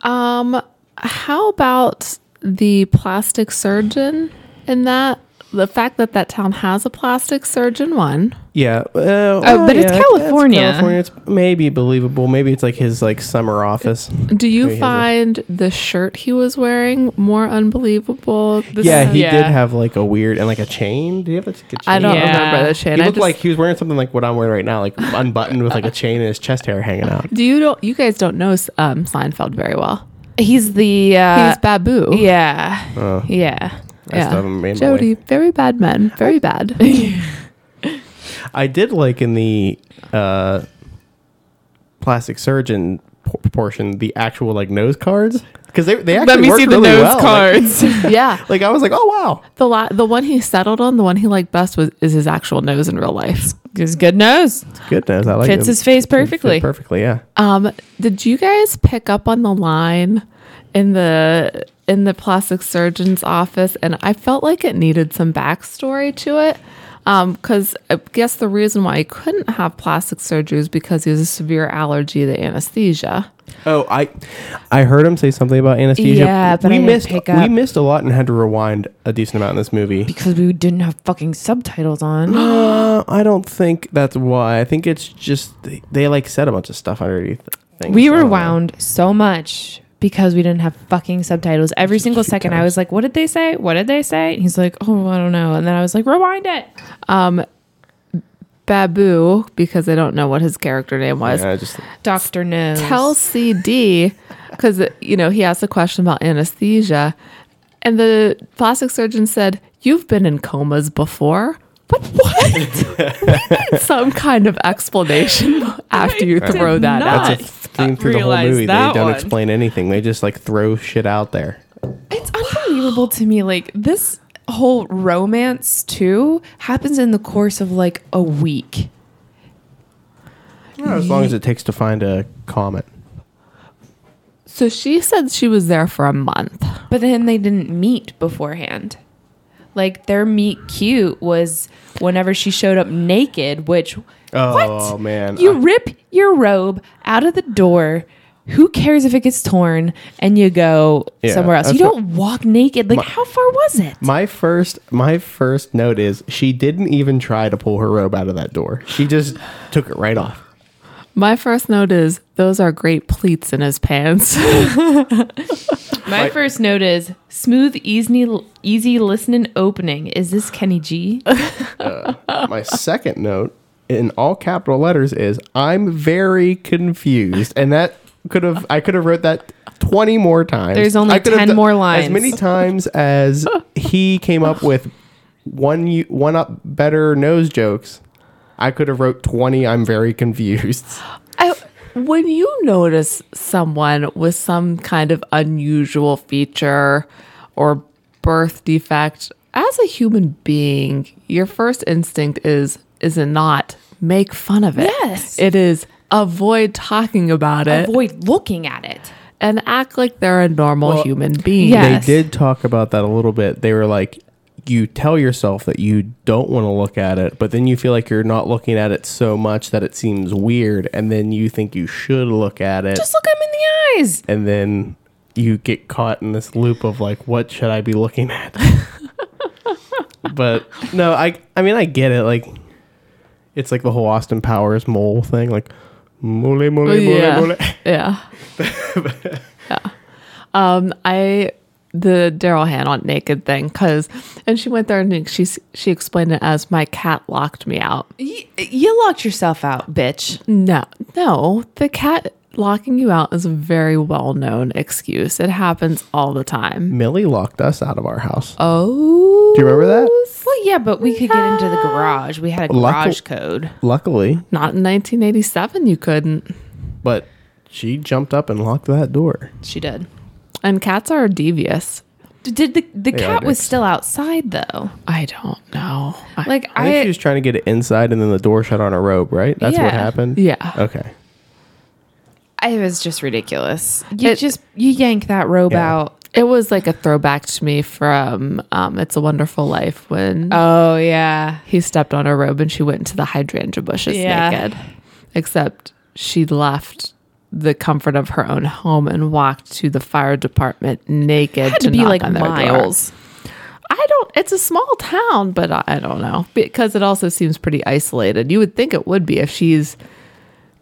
[SPEAKER 1] Um, how about the plastic surgeon in that? The fact that that town has a plastic surgeon, one.
[SPEAKER 3] yeah uh,
[SPEAKER 2] Oh, but it's
[SPEAKER 3] yeah, it's
[SPEAKER 2] California.
[SPEAKER 3] california it's maybe believable maybe it's like his like summer office
[SPEAKER 1] Do you
[SPEAKER 3] Maybe he has a-
[SPEAKER 1] find the shirt he was wearing more unbelievable? This
[SPEAKER 3] yeah he
[SPEAKER 2] Yeah.
[SPEAKER 3] did have like a weird and like a chain do you have like, a chain
[SPEAKER 1] I don't
[SPEAKER 2] Yeah.
[SPEAKER 1] remember the chain.
[SPEAKER 3] he
[SPEAKER 1] I
[SPEAKER 3] looked
[SPEAKER 1] just,
[SPEAKER 3] like he was wearing something like what I'm wearing right now, like unbuttoned with like a chain and his chest hair hanging out.
[SPEAKER 1] do you don't you guys don't know um, Seinfeld very well?
[SPEAKER 2] He's the uh
[SPEAKER 1] He's Babu.
[SPEAKER 2] yeah.
[SPEAKER 3] Oh.
[SPEAKER 2] Yeah.
[SPEAKER 3] I still haven't made my way
[SPEAKER 1] Jody, very bad men, very bad.
[SPEAKER 3] I did like in the uh, plastic surgeon por- portion the actual like nose cards because they they actually
[SPEAKER 2] Let me
[SPEAKER 3] work
[SPEAKER 2] see the
[SPEAKER 3] really
[SPEAKER 2] nose
[SPEAKER 3] well. Like-
[SPEAKER 2] cards.
[SPEAKER 1] yeah,
[SPEAKER 3] Like, I was like, oh wow,
[SPEAKER 1] the la- the one he settled on, the one he liked best was is his actual nose in real life.
[SPEAKER 2] His good nose.
[SPEAKER 3] it's good nose. I like
[SPEAKER 2] Fits
[SPEAKER 3] it.
[SPEAKER 2] his face
[SPEAKER 3] It fit
[SPEAKER 2] perfectly.
[SPEAKER 3] perfectly, yeah.
[SPEAKER 1] Um, did you guys pick up on the line in the in the plastic surgeon's office? And I felt like it needed some backstory to it. Um, 'cause because I guess the reason why he couldn't have plastic surgery is because he has a severe allergy to anesthesia.
[SPEAKER 3] Oh, I I heard him say something about anesthesia.
[SPEAKER 2] Yeah, but
[SPEAKER 3] we
[SPEAKER 2] I didn't
[SPEAKER 3] missed
[SPEAKER 2] pick
[SPEAKER 3] we
[SPEAKER 2] up.
[SPEAKER 3] missed a lot and had to rewind a decent amount in this movie.
[SPEAKER 2] Because we didn't have fucking subtitles on.
[SPEAKER 3] Uh, I don't think that's why. I think it's just they, they like said a bunch of stuff underneath. Things, I
[SPEAKER 2] we
[SPEAKER 3] don't
[SPEAKER 2] were
[SPEAKER 3] know.
[SPEAKER 2] wound so much because we didn't have fucking subtitles. Every single second I was like, What did they say? What did they say? And he's like, Oh, I don't know. And then I was like, Rewind it.
[SPEAKER 1] Babu, because I don't know what his character name was,
[SPEAKER 3] Yeah, I just
[SPEAKER 2] Doctor knows.
[SPEAKER 1] tell CD because you know he asked a question about anesthesia, and the plastic surgeon said, "You've been in comas before." But what? we need some kind of explanation after you
[SPEAKER 2] I
[SPEAKER 1] throw
[SPEAKER 2] did
[SPEAKER 1] that
[SPEAKER 2] not.
[SPEAKER 1] out.
[SPEAKER 3] That's a theme through the whole
[SPEAKER 2] realize
[SPEAKER 3] movie. They
[SPEAKER 2] that
[SPEAKER 3] don't
[SPEAKER 2] one.
[SPEAKER 3] explain anything. They just like throw shit out there.
[SPEAKER 2] It's unbelievable to me. Like this, whole romance too happens in the course of like a week.
[SPEAKER 3] Yeah, as long as it takes to find a comet.
[SPEAKER 1] So she said she was there for a month.
[SPEAKER 2] But then they didn't meet beforehand. Like their meet cute was whenever she showed up naked, which
[SPEAKER 3] Oh
[SPEAKER 2] what?
[SPEAKER 3] man,
[SPEAKER 2] You
[SPEAKER 3] I-
[SPEAKER 2] rip your robe out of the door. Who cares if it gets torn and you go
[SPEAKER 3] Yeah,
[SPEAKER 2] somewhere else? You
[SPEAKER 3] that's what-
[SPEAKER 2] don't walk naked. Like how far was it?
[SPEAKER 3] my first my first note is she didn't even try to pull her robe out of that door. She just took it right off.
[SPEAKER 1] My first note is those are great pleats in his pants.
[SPEAKER 2] My first note is smooth, easy, easy listening opening. Is this Kenny G?
[SPEAKER 3] My second note in all capital letters is I'm very confused, and that could have I could have wrote that twenty more times.
[SPEAKER 2] There's only
[SPEAKER 3] I could have
[SPEAKER 2] 10
[SPEAKER 3] done-
[SPEAKER 2] more
[SPEAKER 3] As
[SPEAKER 2] lines.
[SPEAKER 3] many times as he came up with one you- one up better nose jokes. I could have wrote twenty. I'm very confused.
[SPEAKER 1] I, when you notice someone with some kind of unusual feature or birth defect, as a human being, your first instinct is is it not make fun of it.
[SPEAKER 2] Yes.
[SPEAKER 1] It is avoid talking about it
[SPEAKER 2] Avoid looking at it.
[SPEAKER 1] and act like they're a normal
[SPEAKER 3] Well,
[SPEAKER 1] human being.
[SPEAKER 2] yeah. Yes.
[SPEAKER 3] They did talk about that a little bit. They were like, you tell yourself that you don't want to look at it, but then you feel like you're not looking at it so much that it seems weird, and then you think you should look at it,
[SPEAKER 2] Just look him in the eyes.
[SPEAKER 3] and then you get caught in this loop of like, what should I be looking at? but no, I I mean I get it. Like, it's like the whole Austin Powers mole thing, like. Mole, mole, mole,
[SPEAKER 1] yeah.
[SPEAKER 3] mole.
[SPEAKER 1] Yeah. Yeah. Um, I the Daryl Hannah naked thing because, and she went there and she she explained it as my cat locked me out.
[SPEAKER 2] Y- you locked yourself out, bitch.
[SPEAKER 1] No, no, the cat locking you out is a very well known excuse. It happens all the time.
[SPEAKER 3] Millie locked us out of our house.
[SPEAKER 1] Oh,
[SPEAKER 3] Mm. Do you remember that?
[SPEAKER 2] Well, yeah, but we could get into the garage. We had a
[SPEAKER 3] Luck-
[SPEAKER 2] garage code.
[SPEAKER 3] Luckily,
[SPEAKER 1] Not in 1987, you couldn't.
[SPEAKER 3] but she jumped up and locked that door.
[SPEAKER 2] She did.
[SPEAKER 1] And cats are devious.
[SPEAKER 2] D- Did the the
[SPEAKER 3] are
[SPEAKER 2] cat was
[SPEAKER 3] dicks.
[SPEAKER 2] still outside though?
[SPEAKER 1] I don't know. I-
[SPEAKER 2] Like
[SPEAKER 3] I, think
[SPEAKER 2] I,
[SPEAKER 3] she was trying to get it inside, and then the door shut on a rope. Right? That's
[SPEAKER 2] Yeah.
[SPEAKER 3] what happened.
[SPEAKER 1] Yeah.
[SPEAKER 3] Okay.
[SPEAKER 2] I, was just ridiculous. You
[SPEAKER 1] It-
[SPEAKER 2] just you yank that robe
[SPEAKER 3] Yeah.
[SPEAKER 2] out.
[SPEAKER 1] it was like a throwback to me from um, It's a Wonderful Life when
[SPEAKER 2] Oh yeah,
[SPEAKER 1] he stepped on her robe and she went into the hydrangea bushes
[SPEAKER 2] Yeah.
[SPEAKER 1] naked. Except she left the comfort of her own home and walked to the fire department naked
[SPEAKER 2] had to, be
[SPEAKER 1] knock
[SPEAKER 2] like
[SPEAKER 1] on their door.
[SPEAKER 2] miles.
[SPEAKER 1] I don't. It's a small town, but I, I don't know because it also seems pretty isolated. You would think it would be if she's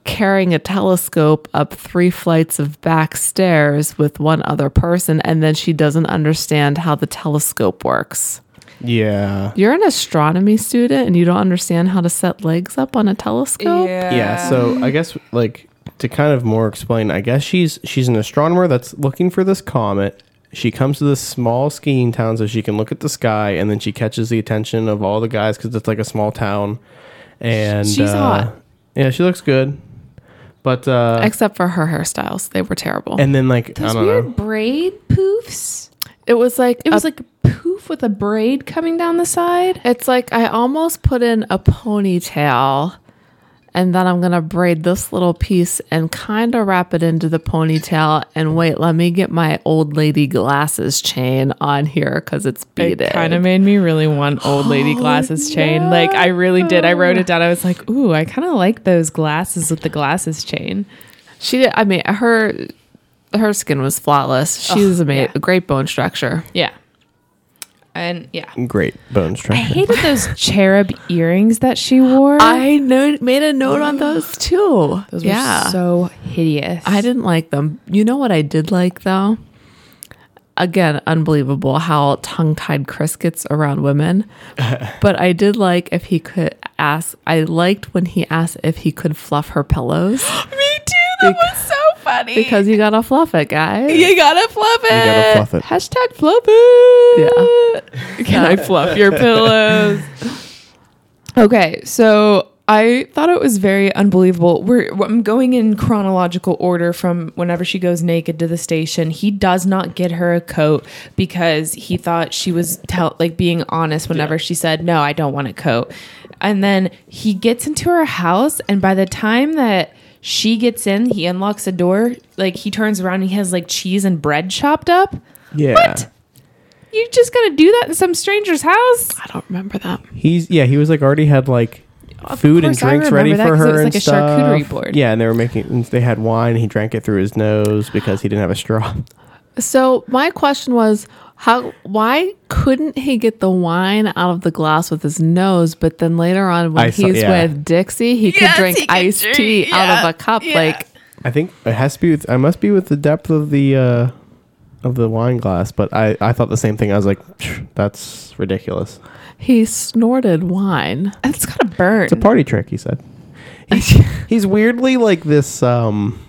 [SPEAKER 1] carrying a telescope up three flights of back stairs with one other person, and then she doesn't understand how the telescope works.
[SPEAKER 3] Yeah.
[SPEAKER 1] You're an astronomy student and you don't understand how to set legs up on a telescope.
[SPEAKER 3] yeah. So I guess like to kind of more explain, I guess she's she's an astronomer that's looking for this comet. She comes to this small skiing town so she can look at the sky, and then she catches the attention of all the guys because it's like a small town. And
[SPEAKER 2] She's
[SPEAKER 3] uh,
[SPEAKER 2] hot.
[SPEAKER 3] Yeah, she looks good, but uh,
[SPEAKER 1] Except for her hairstyles, they were terrible.
[SPEAKER 3] and then like I
[SPEAKER 2] Those
[SPEAKER 3] don't
[SPEAKER 2] weird
[SPEAKER 3] know.
[SPEAKER 2] braid poofs.
[SPEAKER 1] it was like
[SPEAKER 2] It
[SPEAKER 1] a
[SPEAKER 2] was like a poof with a braid coming down the side.
[SPEAKER 1] It's like I almost put in a ponytail and then I'm going to braid this little piece and kind of wrap it into the ponytail. And wait, let me get my old lady glasses chain on here because it's beaded.
[SPEAKER 2] It Oh, kind of made me really want old lady glasses chain. Like I really did. I wrote it down. I was like, ooh, I kind of like those glasses with the glasses chain.
[SPEAKER 1] she did. I mean, her her skin was flawless. She was ama-
[SPEAKER 2] yeah.
[SPEAKER 1] a great bone structure.
[SPEAKER 2] Yeah. And yeah.
[SPEAKER 3] Great bone
[SPEAKER 2] I
[SPEAKER 3] structure.
[SPEAKER 2] hated those cherub earrings that she wore.
[SPEAKER 1] I know, made a note on those too.
[SPEAKER 2] those were so hideous.
[SPEAKER 1] I didn't like them. You know what I did like though? Again, unbelievable how tongue tied Chris gets around women. but I did like if he could ask, I liked when he asked if he could fluff her pillows
[SPEAKER 2] Me too. That was so funny.
[SPEAKER 1] because you gotta fluff it, guys.
[SPEAKER 2] you gotta fluff it.
[SPEAKER 3] gotta fluff it.
[SPEAKER 2] Hashtag fluff it. Yeah. Can I fluff your pillows? Okay, so I thought it was very unbelievable. We're I'm going in chronological order from whenever she goes naked to the station. He does not get her a coat because he thought she was tell like being honest whenever she said, "No, I don't want a coat." And then he gets into her house and by the time that she gets in, he unlocks the door, like he turns around and he has like cheese and bread chopped up.
[SPEAKER 3] Yeah.
[SPEAKER 2] What? You just going to do that in some stranger's house?
[SPEAKER 1] I don't remember that.
[SPEAKER 3] He's yeah, he was like already had like
[SPEAKER 2] Of
[SPEAKER 3] food and
[SPEAKER 2] course, I
[SPEAKER 3] drinks
[SPEAKER 2] remember
[SPEAKER 3] ready
[SPEAKER 2] that
[SPEAKER 3] for
[SPEAKER 2] 'cause it
[SPEAKER 3] her
[SPEAKER 2] was
[SPEAKER 3] and
[SPEAKER 2] like a
[SPEAKER 3] stuff.
[SPEAKER 2] charcuterie board.
[SPEAKER 3] Yeah, and they were making they had wine. He drank it through his nose because he didn't have a straw.
[SPEAKER 1] So my question was how why couldn't he get the wine out of the glass with his nose but then later on when
[SPEAKER 3] I saw-
[SPEAKER 1] he's
[SPEAKER 3] yeah.
[SPEAKER 1] with Dixie he could
[SPEAKER 2] Yes,
[SPEAKER 1] drink
[SPEAKER 2] he could
[SPEAKER 1] iced
[SPEAKER 2] drink-
[SPEAKER 1] tea out
[SPEAKER 2] yeah,
[SPEAKER 1] of a cup
[SPEAKER 2] yeah.
[SPEAKER 1] like
[SPEAKER 3] I think it has to be. With, I must be with the depth of the uh, of the wine glass. But I I thought the same thing. I was like, "Phew, that's ridiculous.
[SPEAKER 1] he snorted wine.
[SPEAKER 2] That's got to burn.
[SPEAKER 3] It's a party trick. He said. He's, he's weirdly like this um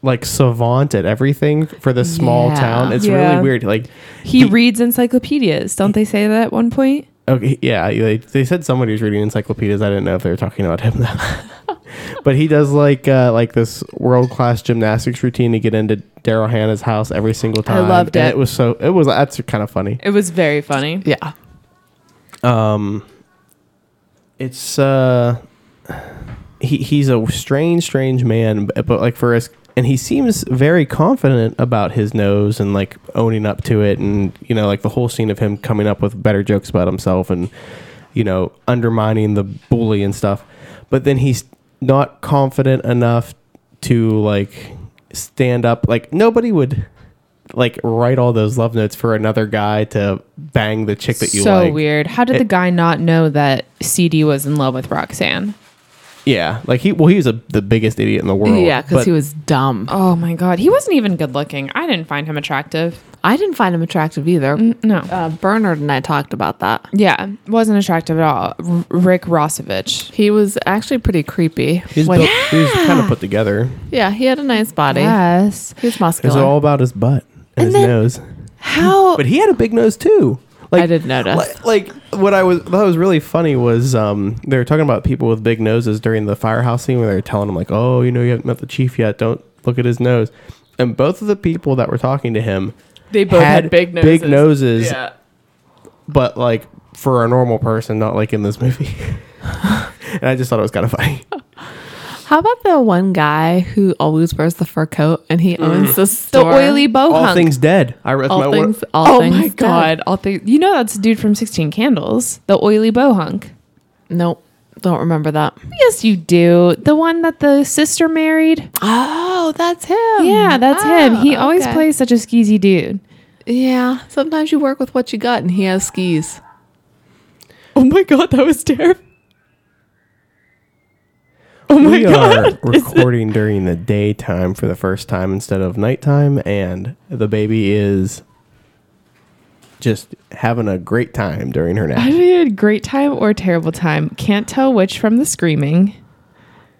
[SPEAKER 3] like savant at everything for this small
[SPEAKER 1] Yeah.
[SPEAKER 3] town. It's
[SPEAKER 2] Yeah.
[SPEAKER 3] really weird. Like
[SPEAKER 2] He, reads encyclopedias. Don't they say that at one point?
[SPEAKER 3] Okay, yeah, they, they said somebody was reading encyclopedias. I didn't know if they were talking about him though. but he does like uh, like this world class gymnastics routine to get into Daryl Hannah's house every single
[SPEAKER 1] I
[SPEAKER 3] time.
[SPEAKER 1] loved
[SPEAKER 3] And
[SPEAKER 1] it.
[SPEAKER 3] It was so it was that's kind of funny.
[SPEAKER 2] It was very funny.
[SPEAKER 1] Yeah.
[SPEAKER 3] Um, it's uh, he he's a strange, strange man, but, but like for us, and he seems very confident about his nose and like owning up to it, and you know, like the whole scene of him coming up with better jokes about himself and you know undermining the bully and stuff, but then he's not confident enough to like stand up. Like nobody would. Like write all those love notes for another guy to bang the chick that you
[SPEAKER 2] so
[SPEAKER 3] like.
[SPEAKER 2] weird. How did
[SPEAKER 3] It-
[SPEAKER 2] the guy not know that CD was in love with Roxanne?
[SPEAKER 3] Yeah, like he well, he was a, the biggest idiot in the world.
[SPEAKER 1] Yeah, cuz
[SPEAKER 3] but
[SPEAKER 1] he was dumb.
[SPEAKER 2] Oh my god, he wasn't even good looking. I didn't find him attractive.
[SPEAKER 1] I didn't find him attractive either.
[SPEAKER 2] No.
[SPEAKER 1] Uh, Bernard and I talked about that.
[SPEAKER 2] Yeah, wasn't attractive at all. R- Rick Rossovich.
[SPEAKER 1] He was actually pretty creepy.
[SPEAKER 3] He was,
[SPEAKER 1] When-
[SPEAKER 3] built- he was kind of put together.
[SPEAKER 1] yeah, he had a nice body.
[SPEAKER 2] Yes.
[SPEAKER 1] He was
[SPEAKER 3] It was
[SPEAKER 1] muscular.
[SPEAKER 3] all about his butt and, his
[SPEAKER 2] then-
[SPEAKER 3] nose.
[SPEAKER 2] How
[SPEAKER 3] But he had a big nose too. Like
[SPEAKER 1] I did notice.
[SPEAKER 3] Like, like what I was that was really funny was um they were talking about people with big noses during the firehouse scene where they were telling him like oh you know you haven't met the chief yet don't look at his nose, and both of the people that were talking to him
[SPEAKER 1] they
[SPEAKER 3] big noses but like for a normal person not like in this movie, and I just thought it was kind of funny.
[SPEAKER 1] How about the one guy who always wears the fur coat and he
[SPEAKER 3] Mm.
[SPEAKER 1] owns the
[SPEAKER 2] the
[SPEAKER 1] store?
[SPEAKER 2] oily bow
[SPEAKER 3] All
[SPEAKER 2] hunk.
[SPEAKER 3] things dead. I read my
[SPEAKER 1] Oh, all
[SPEAKER 3] wor-
[SPEAKER 1] things, all
[SPEAKER 2] oh
[SPEAKER 1] things
[SPEAKER 2] my
[SPEAKER 1] dead.
[SPEAKER 2] god, all things. You know that's the dude from 16 Candles, the oily bow hunk.
[SPEAKER 1] Nope, don't remember that.
[SPEAKER 2] Yes, you do. The one that the sister married.
[SPEAKER 1] Oh, that's him.
[SPEAKER 2] Yeah, that's him. He always plays such a skeezy dude.
[SPEAKER 1] Yeah, sometimes you work with what you got, and he has skis.
[SPEAKER 2] Oh my god, that was terrible. Oh
[SPEAKER 3] we are recording during the daytime for the first time instead of nighttime, and the baby is just having a great time during her
[SPEAKER 2] I
[SPEAKER 3] nap.
[SPEAKER 2] had a great time or terrible time. Can't tell which from the screaming.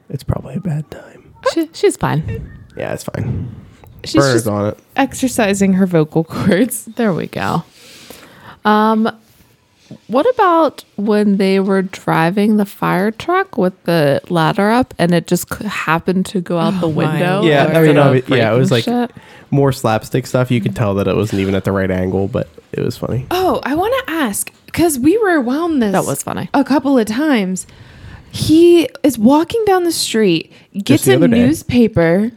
[SPEAKER 3] It's probably a bad time.
[SPEAKER 1] She, she's fine.
[SPEAKER 3] Yeah, it's fine.
[SPEAKER 2] She's
[SPEAKER 3] Burner's
[SPEAKER 2] just
[SPEAKER 3] on it.
[SPEAKER 2] exercising her vocal cords.
[SPEAKER 1] There we go. Um, what about when they were driving the fire truck with the ladder up, and it just c- happened to go out the
[SPEAKER 2] my
[SPEAKER 1] window?
[SPEAKER 2] Yeah,
[SPEAKER 1] or
[SPEAKER 2] I mean,
[SPEAKER 1] instead of
[SPEAKER 3] obvi- yeah, it was
[SPEAKER 1] breaking
[SPEAKER 3] like-
[SPEAKER 1] shit?
[SPEAKER 3] More slapstick stuff. You could tell that it wasn't even at the right angle, but it was funny.
[SPEAKER 2] Oh, I want to ask because we rewound this.
[SPEAKER 1] That was funny.
[SPEAKER 2] A couple of times. He is walking down the street, gets
[SPEAKER 3] the
[SPEAKER 2] a
[SPEAKER 3] other day.
[SPEAKER 2] newspaper,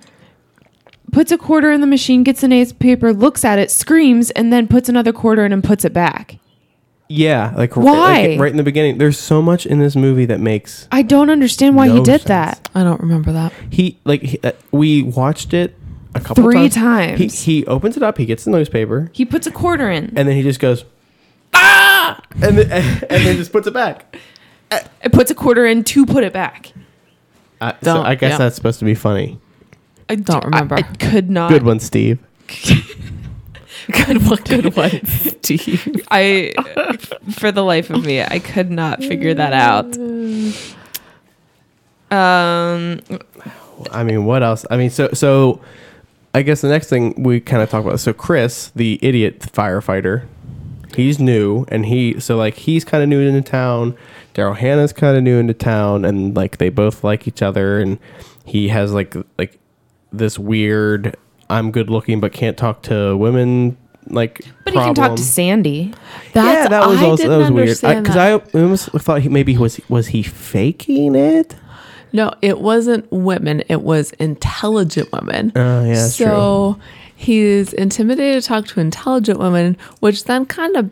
[SPEAKER 2] puts a quarter in the machine, gets a newspaper, looks at it, screams, and then puts another quarter in and puts it back.
[SPEAKER 3] Yeah, like, r-
[SPEAKER 2] Why?
[SPEAKER 3] like, right in the beginning. There's so much in this movie that makes
[SPEAKER 2] I don't understand why he
[SPEAKER 3] No
[SPEAKER 2] did
[SPEAKER 3] sense.
[SPEAKER 2] that.
[SPEAKER 1] I don't remember that.
[SPEAKER 3] he like he, uh, we watched it a couple
[SPEAKER 2] Three
[SPEAKER 3] times. He-
[SPEAKER 2] times.
[SPEAKER 3] He, opens it up. He gets the newspaper.
[SPEAKER 2] He puts a quarter in.
[SPEAKER 3] and then he just goes ah and then, and then just puts it back
[SPEAKER 2] It puts a quarter in to put it back.
[SPEAKER 3] I, so
[SPEAKER 1] Don't-
[SPEAKER 3] I guess
[SPEAKER 1] yeah.
[SPEAKER 3] that's supposed to be funny
[SPEAKER 2] I
[SPEAKER 1] Don't
[SPEAKER 2] d-
[SPEAKER 1] remember.
[SPEAKER 2] I, I could not.
[SPEAKER 3] good one steve
[SPEAKER 1] Good one, good one, Steve.
[SPEAKER 2] I, for the life of me, I could not figure that out. Um,
[SPEAKER 3] i mean what else i mean so so i guess the next thing we kind of talk about so chris the idiot firefighter He's new, and he so like he's kind of new into town. Daryl Hannah's kind of new into town, and like they both like each other, and he has like like this weird I'm good looking but can't talk to women like
[SPEAKER 2] But he can talk
[SPEAKER 3] problem.
[SPEAKER 2] to Sandy.
[SPEAKER 1] That's,
[SPEAKER 3] yeah, that was
[SPEAKER 1] I
[SPEAKER 3] also that
[SPEAKER 1] didn't
[SPEAKER 3] was weird
[SPEAKER 1] understand
[SPEAKER 3] because
[SPEAKER 1] that.
[SPEAKER 3] I, almost thought he, maybe he was was he faking it?
[SPEAKER 1] No, it wasn't women. It was intelligent women.
[SPEAKER 3] Oh, yeah, that's
[SPEAKER 1] so he's intimidated to talk to intelligent women, which then kind of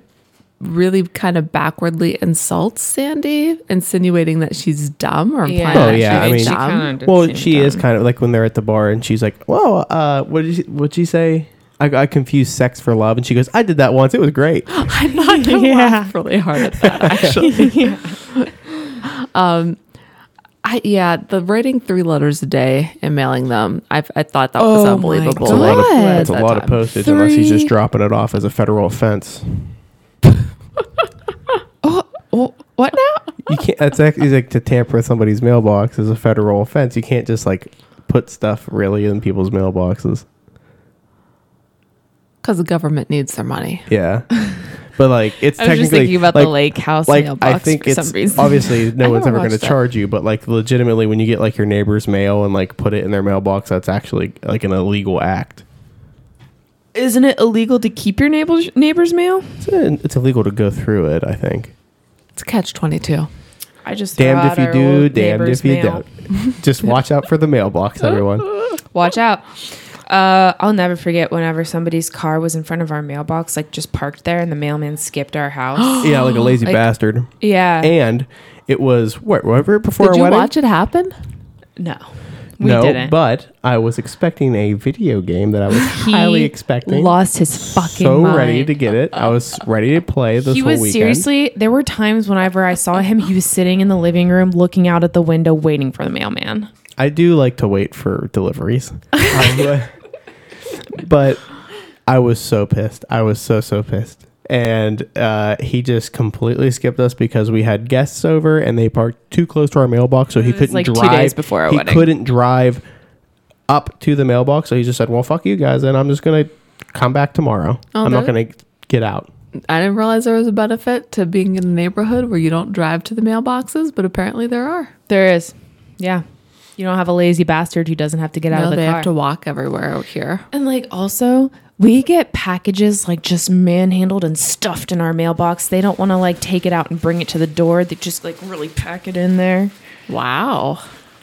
[SPEAKER 1] really kind of backwardly insults Sandy, insinuating that she's dumb or implying
[SPEAKER 3] Oh,
[SPEAKER 1] that
[SPEAKER 3] yeah, I
[SPEAKER 1] she's
[SPEAKER 3] mean- She
[SPEAKER 1] dumb.
[SPEAKER 3] Well, she is kind of like when they're at the bar and she's like, "Well, uh, what did she, what'd she say? I, I confused sex for love," and she goes, "I did that once. It was great."
[SPEAKER 1] I thought I laughed really hard at that actually. Um I yeah, the writing three letters a day and mailing them, I I thought that was
[SPEAKER 2] Oh my
[SPEAKER 1] unbelievable.
[SPEAKER 3] It's a lot of,
[SPEAKER 2] God.
[SPEAKER 3] it's a
[SPEAKER 1] At
[SPEAKER 3] lot
[SPEAKER 1] that
[SPEAKER 3] of
[SPEAKER 1] time.
[SPEAKER 3] postage unless he's just
[SPEAKER 2] Three.
[SPEAKER 3] dropping it off as a federal offense.
[SPEAKER 2] Oh, what now?
[SPEAKER 3] You can't. That's actually like to tamper with somebody's mailbox is a federal offense. You can't just like put stuff really in people's mailboxes.
[SPEAKER 1] Because the government needs their money.
[SPEAKER 3] Yeah, but like it's
[SPEAKER 2] I was
[SPEAKER 3] technically
[SPEAKER 2] just thinking about
[SPEAKER 3] like,
[SPEAKER 2] the lake house
[SPEAKER 3] like
[SPEAKER 2] mailbox
[SPEAKER 3] I think
[SPEAKER 2] for
[SPEAKER 3] it's
[SPEAKER 2] some reason.
[SPEAKER 3] obviously
[SPEAKER 1] I
[SPEAKER 3] no one's
[SPEAKER 1] never
[SPEAKER 3] ever going to
[SPEAKER 1] watched that.
[SPEAKER 3] charge you, but like legitimately, when you get like your neighbor's mail and like put it in their mailbox, that's actually like an illegal act.
[SPEAKER 2] Isn't it illegal to keep your neighbor's neighbor's mail?
[SPEAKER 3] It's, it's illegal to go through it. I think.
[SPEAKER 1] It's a catch twenty two.
[SPEAKER 2] I just
[SPEAKER 3] Damned if you do, damned if you don't. Just watch out for the mailbox, everyone.
[SPEAKER 2] Watch out. Uh, I'll never forget whenever somebody's car was in front of our mailbox, like just parked there, and the mailman skipped our house.
[SPEAKER 3] yeah, like a lazy
[SPEAKER 2] Like-
[SPEAKER 3] bastard.
[SPEAKER 2] yeah,
[SPEAKER 3] And it was what whatever before
[SPEAKER 1] Did
[SPEAKER 3] our
[SPEAKER 1] you
[SPEAKER 3] wedding.
[SPEAKER 1] watch it happen?
[SPEAKER 2] no, we
[SPEAKER 3] no,
[SPEAKER 2] didn't.
[SPEAKER 3] but I was expecting a video game that I was highly
[SPEAKER 2] He
[SPEAKER 3] expecting.
[SPEAKER 2] lost his fucking
[SPEAKER 3] so
[SPEAKER 2] mind.
[SPEAKER 3] ready to get it. I was ready to play this
[SPEAKER 2] he
[SPEAKER 3] whole
[SPEAKER 2] was
[SPEAKER 3] weekend.
[SPEAKER 2] seriously. There were times whenever I saw him, he was sitting in the living room, looking out at the window, waiting for the mailman.
[SPEAKER 3] I do like to wait for deliveries. Um, but I was so pissed. I was so, so pissed. And uh, he just completely skipped us because we had guests over and they parked too close to our mailbox. So he
[SPEAKER 2] was
[SPEAKER 3] couldn't
[SPEAKER 2] like two
[SPEAKER 3] drive.
[SPEAKER 2] days before our
[SPEAKER 3] he
[SPEAKER 2] wedding.
[SPEAKER 3] couldn't drive up to the mailbox. So he just said, well, fuck you guys. And I'm just going to come back tomorrow.
[SPEAKER 1] Oh,
[SPEAKER 3] I'm not
[SPEAKER 1] that-
[SPEAKER 3] going to get out.
[SPEAKER 1] I didn't realize there was a benefit to being in a neighborhood where you don't drive to the mailboxes, but apparently there are.
[SPEAKER 2] There is, yeah. You don't have a lazy bastard who doesn't have to get out
[SPEAKER 1] No,
[SPEAKER 2] of the
[SPEAKER 1] they
[SPEAKER 2] car.
[SPEAKER 1] have to walk everywhere out here.
[SPEAKER 2] And like also, we get packages like just manhandled and stuffed in our mailbox. They don't want to like take it out and bring it to the door. They just like really pack it in there.
[SPEAKER 1] Wow.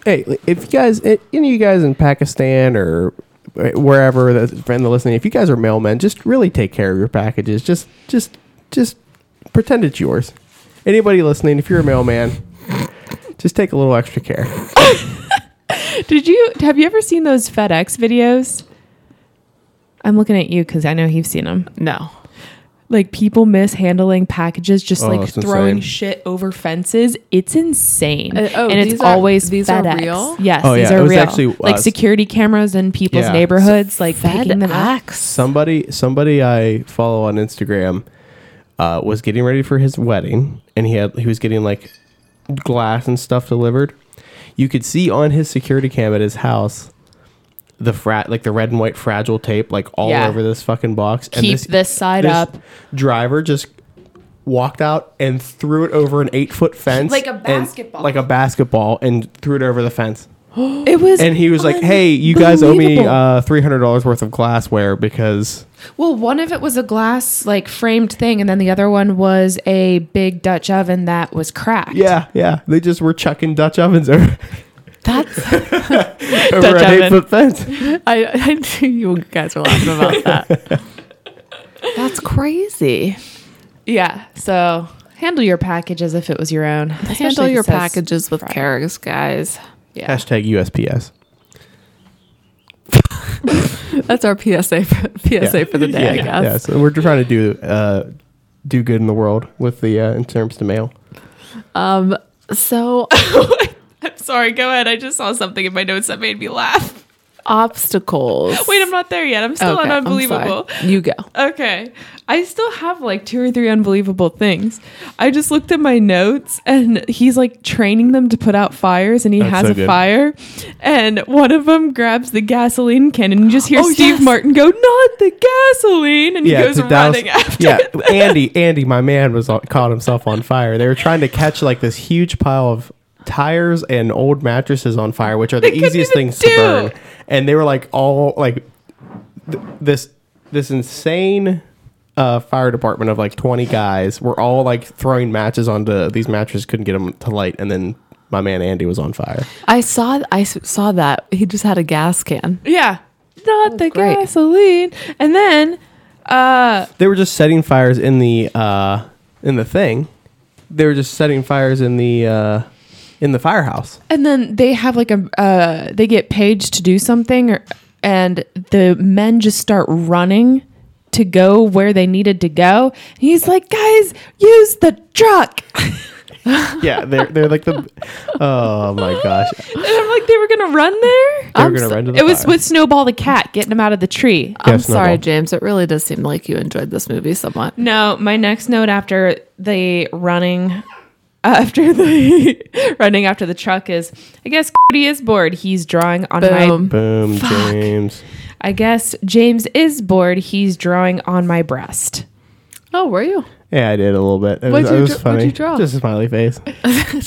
[SPEAKER 3] Hey, if you guys, eh, any of you guys in Pakistan or eh, wherever that's friend the listening, if you guys are mailmen, just really take care of your packages. Just, just, just pretend it's yours. Anybody listening, if you're a mailman, just take a little extra care.
[SPEAKER 2] Did you have you ever seen those FedEx videos? I'm looking at you because I know you've seen them.
[SPEAKER 1] No.
[SPEAKER 2] Like people mishandling packages, just
[SPEAKER 3] Oh,
[SPEAKER 2] like
[SPEAKER 3] it's
[SPEAKER 2] throwing
[SPEAKER 3] insane.
[SPEAKER 2] shit over fences. It's insane,
[SPEAKER 1] Uh, oh,
[SPEAKER 2] and it's
[SPEAKER 1] these are-
[SPEAKER 2] always
[SPEAKER 1] these are
[SPEAKER 2] FedEx.
[SPEAKER 1] real?
[SPEAKER 2] Yes,
[SPEAKER 3] Oh,
[SPEAKER 2] these
[SPEAKER 3] yeah, it
[SPEAKER 2] are
[SPEAKER 3] was
[SPEAKER 2] real.
[SPEAKER 3] actually, uh,
[SPEAKER 2] like security cameras in people's
[SPEAKER 3] yeah.
[SPEAKER 2] neighborhoods, like picking them up.
[SPEAKER 3] Somebody, somebody I follow on Instagram uh, was getting ready for his wedding, and he had he was getting like glass and stuff delivered. You could see on his security cam at his house the frat like the red and white fragile tape like all
[SPEAKER 2] Yeah.
[SPEAKER 3] over this fucking box.
[SPEAKER 2] Keep this side up.
[SPEAKER 3] Driver just walked out and threw it over an eight foot fence,
[SPEAKER 2] Like a
[SPEAKER 3] and-
[SPEAKER 2] basketball.
[SPEAKER 3] like a basketball, and threw it over the fence
[SPEAKER 2] It was,
[SPEAKER 3] and he was like, "Hey, you guys owe me
[SPEAKER 2] unbelievable.
[SPEAKER 3] uh, three hundred dollars worth of glassware because
[SPEAKER 2] Well, one of it was a glass like framed thing, and then the other one was a big Dutch oven that was cracked.
[SPEAKER 3] yeah, yeah, they just were chucking Dutch ovens over,
[SPEAKER 1] That's
[SPEAKER 3] over
[SPEAKER 2] Dutch
[SPEAKER 3] an
[SPEAKER 2] oven.
[SPEAKER 3] eight foot fence."
[SPEAKER 1] I, I knew you guys were laughing about that. That's crazy.
[SPEAKER 2] yeah. So handle your package as if it was your own.
[SPEAKER 1] Handle
[SPEAKER 2] Especially
[SPEAKER 1] your
[SPEAKER 2] if it says-
[SPEAKER 1] packages with cares, guys.
[SPEAKER 2] Yeah.
[SPEAKER 3] Hashtag USPS.
[SPEAKER 1] That's our PSA for, PSA for the day, I guess.
[SPEAKER 3] Yeah, so we're trying to do uh, do good in the world with the uh, in terms to mail.
[SPEAKER 1] Um, so
[SPEAKER 2] I'm sorry. Go ahead. I just saw something in my notes that made me laugh.
[SPEAKER 1] obstacles.
[SPEAKER 2] Wait, I'm not there yet. I'm still on
[SPEAKER 1] Okay, I'm sorry.
[SPEAKER 2] unbelievable.
[SPEAKER 1] you go.
[SPEAKER 2] Okay. I still have like two or three unbelievable things. I just looked at my notes and he's like training them to put out fires and he
[SPEAKER 3] That's
[SPEAKER 2] has
[SPEAKER 3] so
[SPEAKER 2] a
[SPEAKER 3] good.
[SPEAKER 2] fire and one of them grabs the gasoline can and you just hear
[SPEAKER 1] Oh,
[SPEAKER 2] Steve
[SPEAKER 1] yes.
[SPEAKER 2] Martin go, "Not the gasoline." And he goes running after
[SPEAKER 3] yeah, Andy, Andy, my man was on, caught himself on fire. They were trying to catch like this huge pile of tires and old mattresses on fire, which are the
[SPEAKER 2] They couldn't
[SPEAKER 3] easiest
[SPEAKER 2] even
[SPEAKER 3] things to
[SPEAKER 2] do.
[SPEAKER 3] burn. And they were like all like th- this this insane uh, fire department of like 20 guys were all like throwing matches onto these mattresses couldn't get them to light and then my man Andy was on fire.
[SPEAKER 1] I saw I s- saw that he just had a gas can.
[SPEAKER 2] Yeah. Not the
[SPEAKER 1] great.
[SPEAKER 2] gasoline. And then uh
[SPEAKER 3] They were just setting fires in the uh in the thing. They were just setting fires in the uh in the firehouse.
[SPEAKER 2] and then they have like a uh they get paged to do something or and the men just start running to go where they needed to go. And he's like, "Guys, use the truck." and
[SPEAKER 3] yeah, they're they're like the. Oh my gosh, they
[SPEAKER 2] I'm like, "They were going to run there?"
[SPEAKER 1] I'm
[SPEAKER 3] were gonna
[SPEAKER 1] so-
[SPEAKER 3] run to the
[SPEAKER 2] It was
[SPEAKER 3] fire.
[SPEAKER 2] with Snowball the cat getting him out of the tree.
[SPEAKER 1] I'm
[SPEAKER 3] Yes,
[SPEAKER 1] sorry,
[SPEAKER 3] Noble.
[SPEAKER 1] James. It really does seem like you enjoyed this movie somewhat.
[SPEAKER 2] No, my next note after the running after the running after the truck is I guess Cody is bored. He's drawing on my
[SPEAKER 1] Boom.
[SPEAKER 3] boom James.
[SPEAKER 2] I guess James is bored. He's drawing on my breast.
[SPEAKER 1] Oh, were you?
[SPEAKER 3] Yeah, I did a little bit. It
[SPEAKER 1] What'd
[SPEAKER 3] was,
[SPEAKER 1] you
[SPEAKER 3] it was
[SPEAKER 1] dra- what'd
[SPEAKER 3] funny.
[SPEAKER 1] you draw?
[SPEAKER 3] Just a smiley face.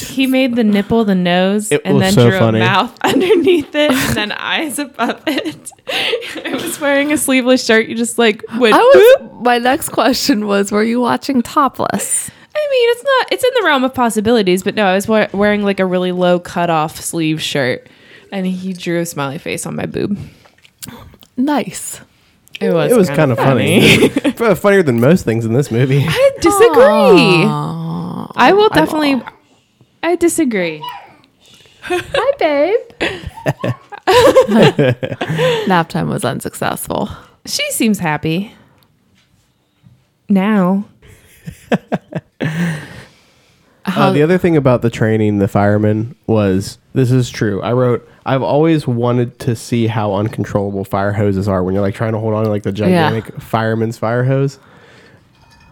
[SPEAKER 2] He made the nipple the nose
[SPEAKER 3] It
[SPEAKER 2] and
[SPEAKER 3] was
[SPEAKER 2] then
[SPEAKER 3] so
[SPEAKER 2] drew
[SPEAKER 3] funny.
[SPEAKER 2] a mouth underneath it and then eyes above it. I was wearing a sleeveless shirt. You just like went
[SPEAKER 1] I
[SPEAKER 2] boop.
[SPEAKER 1] was. My next question was, were you watching topless?
[SPEAKER 2] I mean, it's not. It's in the realm of possibilities, but no, I was wa- wearing like a really low cut off sleeve shirt, and he drew a smiley face on my boob.
[SPEAKER 1] Nice.
[SPEAKER 2] It was.
[SPEAKER 3] It was kind of funny. F- Funnier than most things in this movie.
[SPEAKER 2] I disagree. I will definitely. I disagree.
[SPEAKER 1] Hi, babe. Nap time was unsuccessful.
[SPEAKER 2] She seems happy. Now.
[SPEAKER 3] Uh, the other thing about the training, the firemen, was this is true. I wrote, I've always wanted to see how uncontrollable fire hoses are when you're like trying to hold on to like the gigantic fireman's fire hose.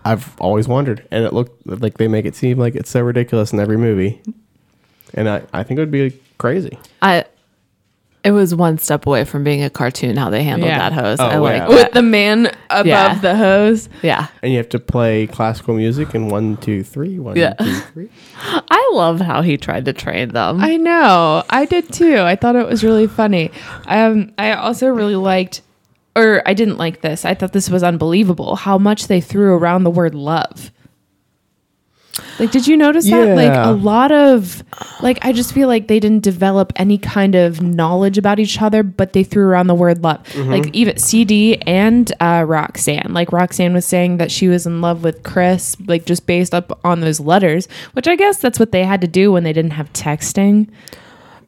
[SPEAKER 3] I've always wondered, and it looked like they make it seem like it's so ridiculous in every movie. And I, I think it would be crazy.
[SPEAKER 1] I. It was one step away from being a cartoon how they handled
[SPEAKER 2] Yeah.
[SPEAKER 1] that hose.
[SPEAKER 3] Oh,
[SPEAKER 1] I like
[SPEAKER 3] yeah.
[SPEAKER 1] that.
[SPEAKER 2] With the man above
[SPEAKER 1] Yeah.
[SPEAKER 2] the hose.
[SPEAKER 1] yeah.
[SPEAKER 3] And you have to play classical music in one, two, three, one, two, three.
[SPEAKER 1] Yeah. I love how he tried to train them.
[SPEAKER 2] I know. I did too. I thought it was really funny. Um, I also really liked, or I didn't like this. I thought this was unbelievable how much they threw around the word love. Like, did you notice that? Like,
[SPEAKER 3] Yeah.
[SPEAKER 2] a lot of, like, I just feel like they didn't develop any kind of knowledge about each other, but they threw around the word love.
[SPEAKER 3] Mm-hmm.
[SPEAKER 2] Like, even CD and uh, Roxanne. Like, Roxanne was saying that she was in love with Chris, like, just based up on those letters, which I guess that's what they had to do when they didn't have texting.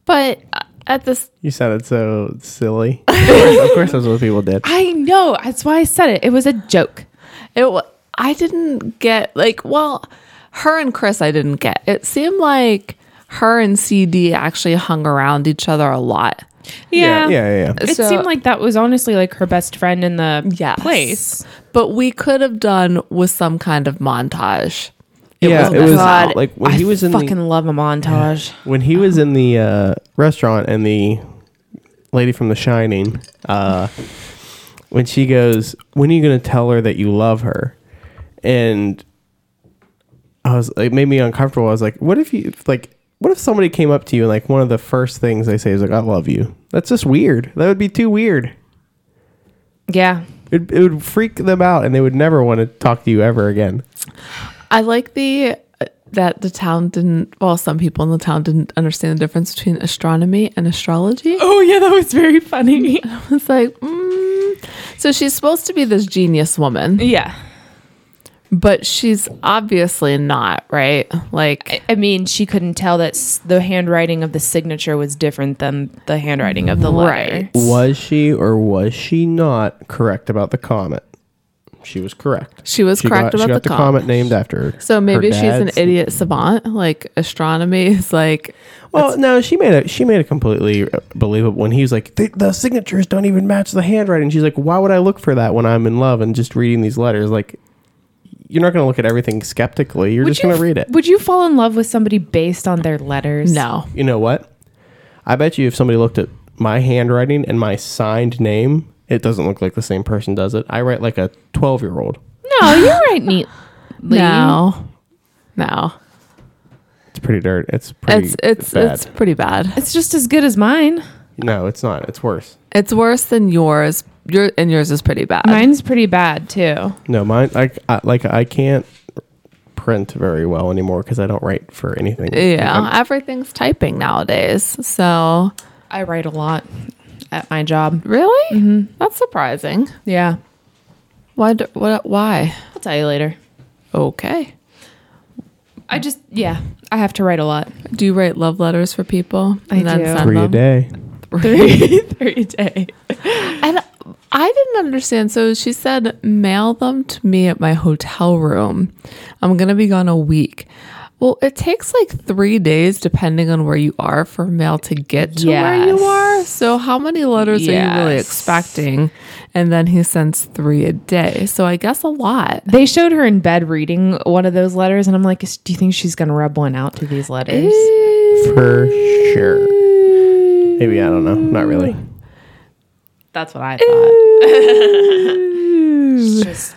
[SPEAKER 1] but uh, at this,
[SPEAKER 3] You sounded so silly. of course, of course that's what people did.
[SPEAKER 2] I know. That's why I said it. It was a joke.
[SPEAKER 1] it wa- I didn't get like well, her and Chris I didn't get. It seemed like her and CD actually hung around each other a lot.
[SPEAKER 3] Yeah, yeah, yeah.
[SPEAKER 2] It
[SPEAKER 1] So-
[SPEAKER 2] seemed like that was honestly like her best friend in the
[SPEAKER 1] Yes.
[SPEAKER 2] place.
[SPEAKER 1] But we could have done with some kind of montage.
[SPEAKER 3] yeah,
[SPEAKER 1] was
[SPEAKER 3] it was
[SPEAKER 1] God,
[SPEAKER 3] like when
[SPEAKER 2] I
[SPEAKER 3] he was in the
[SPEAKER 2] fucking love a montage.
[SPEAKER 3] when he was in the uh, restaurant and the lady from The Shining, uh, when she goes, "When are you going to tell her that you love her?" and I was, it made me uncomfortable. I was like, "What if you like? What if somebody came up to you and like one of the first things they say is like, "I love you"? That's just weird. That would be too weird.
[SPEAKER 2] Yeah.
[SPEAKER 3] It, it would freak them out, and they would never want to talk to you ever again.
[SPEAKER 1] I like the uh, that the town didn't well some people in the town didn't understand the difference between astronomy and astrology.
[SPEAKER 2] Oh yeah, that was very funny.
[SPEAKER 1] It's like mm. so she's supposed to be this genius woman,
[SPEAKER 2] yeah.
[SPEAKER 1] but she's obviously not, right? Like
[SPEAKER 2] I mean, she couldn't tell that s- the handwriting of the signature was different than the handwriting of the letter.
[SPEAKER 1] Right.
[SPEAKER 3] Was she or was she not correct about the comet? she was correct.
[SPEAKER 1] She was correct
[SPEAKER 3] got,
[SPEAKER 1] about
[SPEAKER 3] she got
[SPEAKER 1] the
[SPEAKER 3] the,
[SPEAKER 1] comet.
[SPEAKER 3] comet named after her.
[SPEAKER 1] So maybe
[SPEAKER 3] her
[SPEAKER 1] she's an
[SPEAKER 3] dad's-
[SPEAKER 1] idiot savant. Like astronomy is like
[SPEAKER 3] Well, no, she made it. She made it completely uh, believable when he was like, the, "The signatures don't even match the handwriting." She's like, "Why would I look for that when I'm in love and just reading these letters?" Like, you're not going to look at everything skeptically. You're just going to read it.
[SPEAKER 2] Would you fall in love with somebody based on their letters?
[SPEAKER 1] no.
[SPEAKER 3] You know what? I bet you if somebody looked at my handwriting and my signed name, it doesn't look like the same person does it. I write like a 12 year old.
[SPEAKER 2] No, Oh, you write neatly.
[SPEAKER 1] No. No.
[SPEAKER 3] It's pretty dirt. It's pretty
[SPEAKER 1] it's it's
[SPEAKER 3] bad.
[SPEAKER 1] it's pretty bad.
[SPEAKER 2] It's just as good as mine.
[SPEAKER 3] no, it's not. It's worse.
[SPEAKER 1] It's worse than yours. Your and yours is pretty bad.
[SPEAKER 2] Mine's pretty bad too.
[SPEAKER 3] No, mine. Like I, like I can't print very well anymore because I don't write for anything.
[SPEAKER 1] yeah,
[SPEAKER 3] Like,
[SPEAKER 1] everything's typing nowadays. So
[SPEAKER 2] I write a lot at my job.
[SPEAKER 1] really,
[SPEAKER 2] Mm-hmm.
[SPEAKER 1] that's surprising.
[SPEAKER 2] Yeah.
[SPEAKER 1] Why? d- What? Why?
[SPEAKER 2] I'll tell you later.
[SPEAKER 1] Okay.
[SPEAKER 2] I just yeah, I have to write a lot.
[SPEAKER 1] Do you write love letters for people?
[SPEAKER 2] I do.
[SPEAKER 3] I'm three a day.
[SPEAKER 2] Three three a day.
[SPEAKER 1] And I didn't understand. So she said, mail them to me at my hotel room. I'm going to be gone a week. Well, it takes like three days, depending on where you are, for mail to get to where you
[SPEAKER 2] Yes.
[SPEAKER 1] are. So, how many letters are you really
[SPEAKER 2] Yes.
[SPEAKER 1] expecting? And then he sends three a day. So, I guess a lot.
[SPEAKER 2] They showed her in bed reading one of those letters, and I'm like, "Is- do you think she's gonna rub one out to these letters?
[SPEAKER 3] For sure. Maybe I don't know. Not really.
[SPEAKER 2] That's what I thought. It's just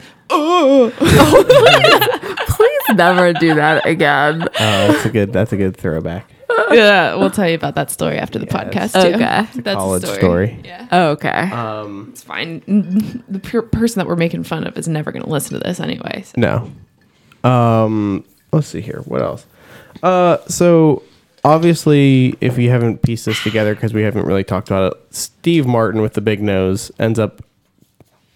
[SPEAKER 1] Please never do that again.
[SPEAKER 3] Uh, that's a good. That's a good throwback.
[SPEAKER 2] yeah, we'll tell you about that story after the podcast too.
[SPEAKER 1] Okay.
[SPEAKER 2] That's a
[SPEAKER 3] College story.
[SPEAKER 2] Yeah,
[SPEAKER 1] Okay.
[SPEAKER 2] Uh,
[SPEAKER 3] Um,
[SPEAKER 2] it's fine. The pure person that we're making fun of is never gonna listen to this anyway. So.
[SPEAKER 3] no. Um, let's see here. What else? Uh, so obviously, if you haven't pieced this together because we haven't really talked about it, Steve Martin with the big nose ends up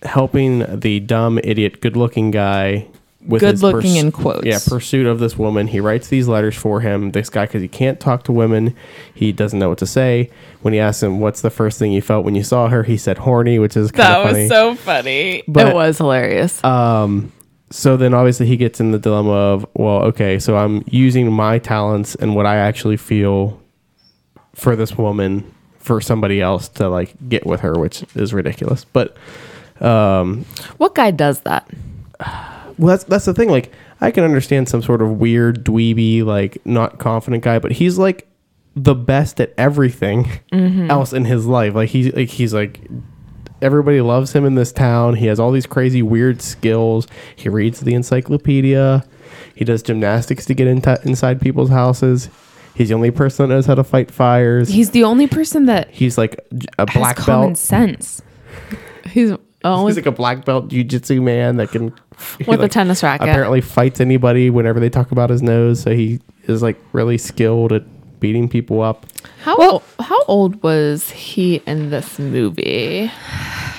[SPEAKER 3] helping the dumb idiot, good-looking guy with his
[SPEAKER 2] Good-looking in quotes.
[SPEAKER 3] Yeah, pursuit of this woman. He writes these letters for him. This guy, because he can't talk to women, he doesn't know what to say. When he asks him, "What's the first thing you felt when you saw her?" he said, "Horny," which is kind of funny.
[SPEAKER 2] so funny.
[SPEAKER 3] but- uh,
[SPEAKER 1] it was hilarious.
[SPEAKER 3] so then obviously he gets in the dilemma of well okay so i'm using my talents and what i actually feel for this woman for somebody else to like get with her which is ridiculous but
[SPEAKER 1] what guy does that?
[SPEAKER 3] well that's that's the thing like i can understand some sort of weird dweeby like not confident guy but he's like the best at everything
[SPEAKER 2] Mm-hmm.
[SPEAKER 3] else in his life like he's like he's like everybody loves him in this town he has all these crazy weird skills he reads the encyclopedia he does gymnastics to get into inside people's houses he's the only person that knows how to fight fires
[SPEAKER 2] He's the only person that
[SPEAKER 3] he's like a
[SPEAKER 2] has
[SPEAKER 3] black
[SPEAKER 2] common
[SPEAKER 3] belt
[SPEAKER 2] sense.
[SPEAKER 1] He's only
[SPEAKER 3] He's like a black belt jujitsu man that can with
[SPEAKER 1] a tennis racket.
[SPEAKER 3] Apparently, fights anybody whenever they talk about his nose. So he is like really skilled at beating people up.
[SPEAKER 1] How how old was he in this movie?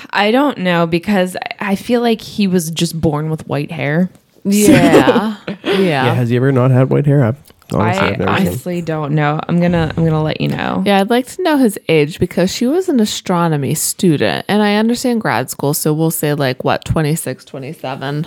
[SPEAKER 2] I don't know because I- I feel like he was just born with white hair.
[SPEAKER 1] Yeah, yeah,
[SPEAKER 3] Has he ever not had white hair? I've, honestly,
[SPEAKER 2] I
[SPEAKER 3] I've never seen.
[SPEAKER 2] honestly don't know. I'm gonna I'm gonna let you know.
[SPEAKER 1] yeah. I'd like to know his age because she was an astronomy student, and I understand grad school, so we'll say like what 26, 27.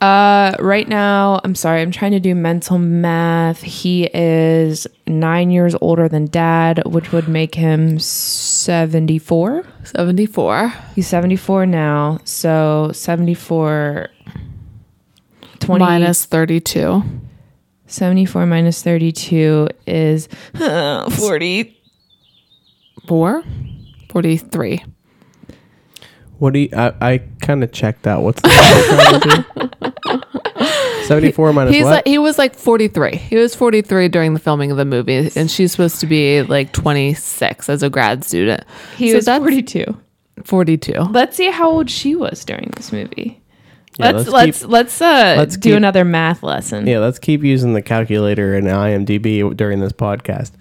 [SPEAKER 2] Uh, right now, I'm sorry. I'm trying to do mental math. He is nine years older than dad, which would make him 74.
[SPEAKER 1] 74.
[SPEAKER 2] He's 74 now, so 74. 20,
[SPEAKER 1] minus 32.
[SPEAKER 2] 74 minus 32 is uh, 40.
[SPEAKER 1] 4? 43.
[SPEAKER 3] What do you? I, I kind of checked out. What's the seventy-four minus
[SPEAKER 1] He's
[SPEAKER 3] what?
[SPEAKER 1] like, he was like 43. He was 43 during the filming of the movie, and she's supposed to be like 26 as a grad student.
[SPEAKER 2] He
[SPEAKER 1] So
[SPEAKER 2] was
[SPEAKER 1] that's
[SPEAKER 2] 42.
[SPEAKER 1] 42.
[SPEAKER 2] Let's see how old she was during this movie.
[SPEAKER 3] Yeah,
[SPEAKER 2] let's
[SPEAKER 3] let's
[SPEAKER 2] let's let's, uh,
[SPEAKER 3] let's
[SPEAKER 2] do
[SPEAKER 3] keep-
[SPEAKER 2] another math lesson.
[SPEAKER 3] yeah, let's keep using the calculator and IMDb during this podcast.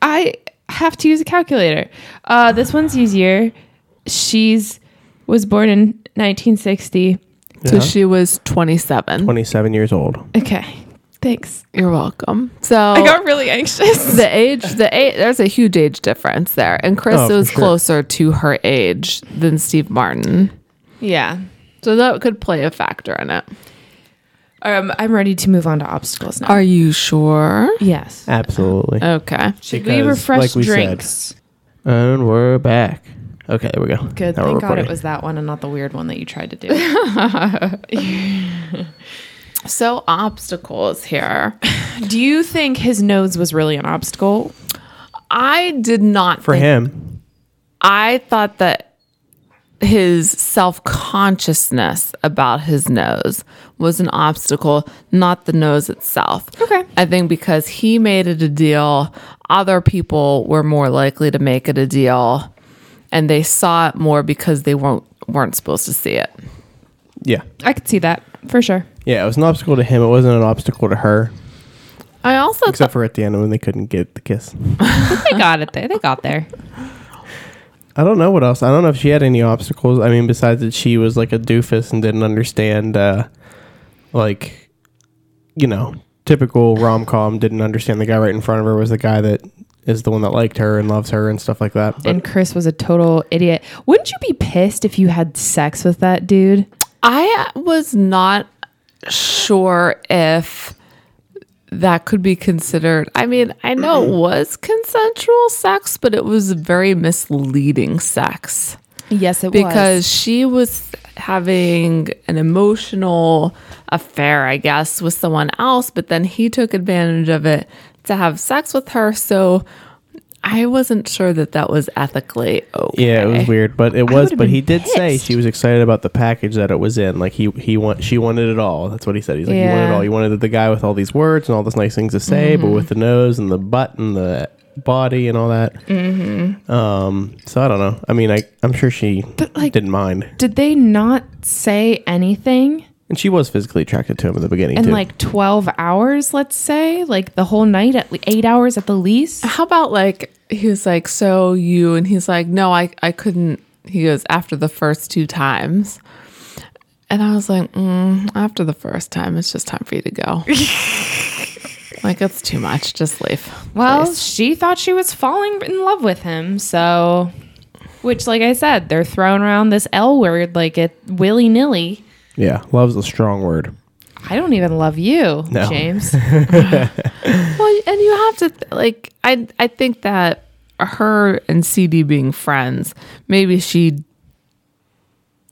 [SPEAKER 2] I have to use a calculator. Uh, this one's easier. She's was born in 1960.
[SPEAKER 1] So she was 27.
[SPEAKER 3] Twenty-seven years old.
[SPEAKER 2] Okay, thanks.
[SPEAKER 1] You're welcome. So
[SPEAKER 2] I got really anxious.
[SPEAKER 1] the age, the age, there's a huge age difference there, and Chris
[SPEAKER 3] Oh, for
[SPEAKER 1] was
[SPEAKER 3] sure.
[SPEAKER 1] closer to her age than Steve Martin.
[SPEAKER 2] yeah.
[SPEAKER 1] So that could play a factor in it.
[SPEAKER 2] Um, I'm ready to move on to obstacles now.
[SPEAKER 1] Are you sure?
[SPEAKER 2] yes.
[SPEAKER 3] Absolutely.
[SPEAKER 1] Okay.
[SPEAKER 2] Should Uh, we
[SPEAKER 3] Because,
[SPEAKER 2] refresh
[SPEAKER 3] like we said-
[SPEAKER 2] drinks?
[SPEAKER 3] And we're back. Okay, there we go.
[SPEAKER 2] Good.
[SPEAKER 3] Now we're
[SPEAKER 2] Thank God
[SPEAKER 3] recording.
[SPEAKER 2] it was that one and not the weird one that you tried to do.
[SPEAKER 1] So obstacles here.
[SPEAKER 2] do you think his nose was really an obstacle?
[SPEAKER 1] I did not
[SPEAKER 3] for
[SPEAKER 1] think-
[SPEAKER 3] him.
[SPEAKER 1] I thought that his self-consciousness about his nose was an obstacle, not the nose itself.
[SPEAKER 2] Okay.
[SPEAKER 1] I think because he made it a deal, other people were more likely to make it a deal and they saw it more because they weren't weren't supposed to see it.
[SPEAKER 3] Yeah.
[SPEAKER 2] I could see that for sure.
[SPEAKER 3] Yeah, it was an obstacle to him. It wasn't an obstacle to her.
[SPEAKER 1] I also
[SPEAKER 3] Except for at the end when they couldn't get the kiss.
[SPEAKER 2] They got it there. They got there.
[SPEAKER 3] I don't know what else. I don't know if she had any obstacles. I mean, besides that she was like a doofus and didn't understand, uh, like, you know, typical rom com. Didn't understand the guy right in front of her was the guy that is the one that liked her and loves her and stuff like that. But
[SPEAKER 2] And Chris was a total idiot. Wouldn't you be pissed if you had sex with that dude?
[SPEAKER 1] I was not sure if that could be considered. I mean, I know it was consensual sex, but it was very misleading sex
[SPEAKER 2] Yes, it
[SPEAKER 1] because she was having an emotional affair, I guess, with someone else, but then he took advantage of it to have sex with her. So I wasn't sure that that was ethically okay.
[SPEAKER 3] yeah, it was weird. But it was.
[SPEAKER 2] would've
[SPEAKER 3] But
[SPEAKER 2] been
[SPEAKER 3] he did say
[SPEAKER 2] pissed.
[SPEAKER 3] she was excited about the package that it was in. Like he he want she wanted it all. That's what he said. He's like he wanted it
[SPEAKER 2] Yeah. Mm-hmm.
[SPEAKER 3] all. He wanted the guy with all these words and all those nice things to say, but with the nose and the butt and the body and all that.
[SPEAKER 2] Mm-hmm.
[SPEAKER 3] Um. So I don't know. I mean, I I'm sure she
[SPEAKER 2] like-
[SPEAKER 3] didn't mind.
[SPEAKER 2] Did they not say anything
[SPEAKER 3] And she was physically attracted to him in the beginning
[SPEAKER 2] in
[SPEAKER 3] too.
[SPEAKER 2] like 12 hours, let's say? Like the whole night, at le- eight hours at the least?
[SPEAKER 1] How about like he was like, so you and he's like, no, I I couldn't. He goes after the first two times, and I was like, mm, after the first time, it's just time for you to go. like it's too much. Just leave.
[SPEAKER 2] Well,
[SPEAKER 1] please.
[SPEAKER 2] she thought she was falling in love with him, so which like I said, they're throwing around this L word like it willy nilly.
[SPEAKER 3] yeah, love's a strong word.
[SPEAKER 2] I don't even love you,
[SPEAKER 3] No.
[SPEAKER 2] James.
[SPEAKER 1] well, and you have to th- like I I think that her and CD being friends, maybe she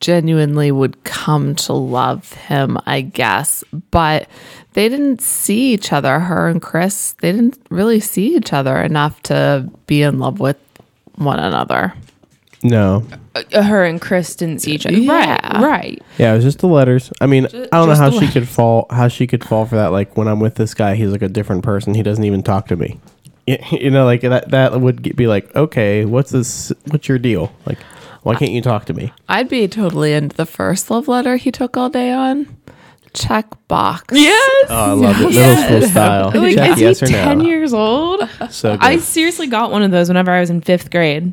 [SPEAKER 1] genuinely would come to love him, I guess. But they didn't see each other, her and Chris, they didn't really see each other enough to be in love with one another.
[SPEAKER 3] No.
[SPEAKER 2] uh, Her and Chris didn't see each other.
[SPEAKER 1] Yeah.
[SPEAKER 2] Right, right.
[SPEAKER 3] Yeah, it was just the letters. I mean, I don't know
[SPEAKER 2] just
[SPEAKER 3] how
[SPEAKER 2] the
[SPEAKER 3] she could fall how she could fall for that. Like when I'm with this guy, he's like a different person. He doesn't even talk to me. Y- You know, like that that would g- be like, okay, what's this? What's your deal? Like, why can't you talk to me?
[SPEAKER 1] I'd be totally into the first love letter he took all day on. Check box.
[SPEAKER 2] Yes.
[SPEAKER 3] Oh, I love it. Middle school style.
[SPEAKER 2] like,
[SPEAKER 3] Check
[SPEAKER 2] is
[SPEAKER 3] yes
[SPEAKER 2] he
[SPEAKER 3] or
[SPEAKER 2] ten
[SPEAKER 3] no.
[SPEAKER 2] years old?
[SPEAKER 3] So good.
[SPEAKER 2] I seriously got one of those whenever I was in fifth grade.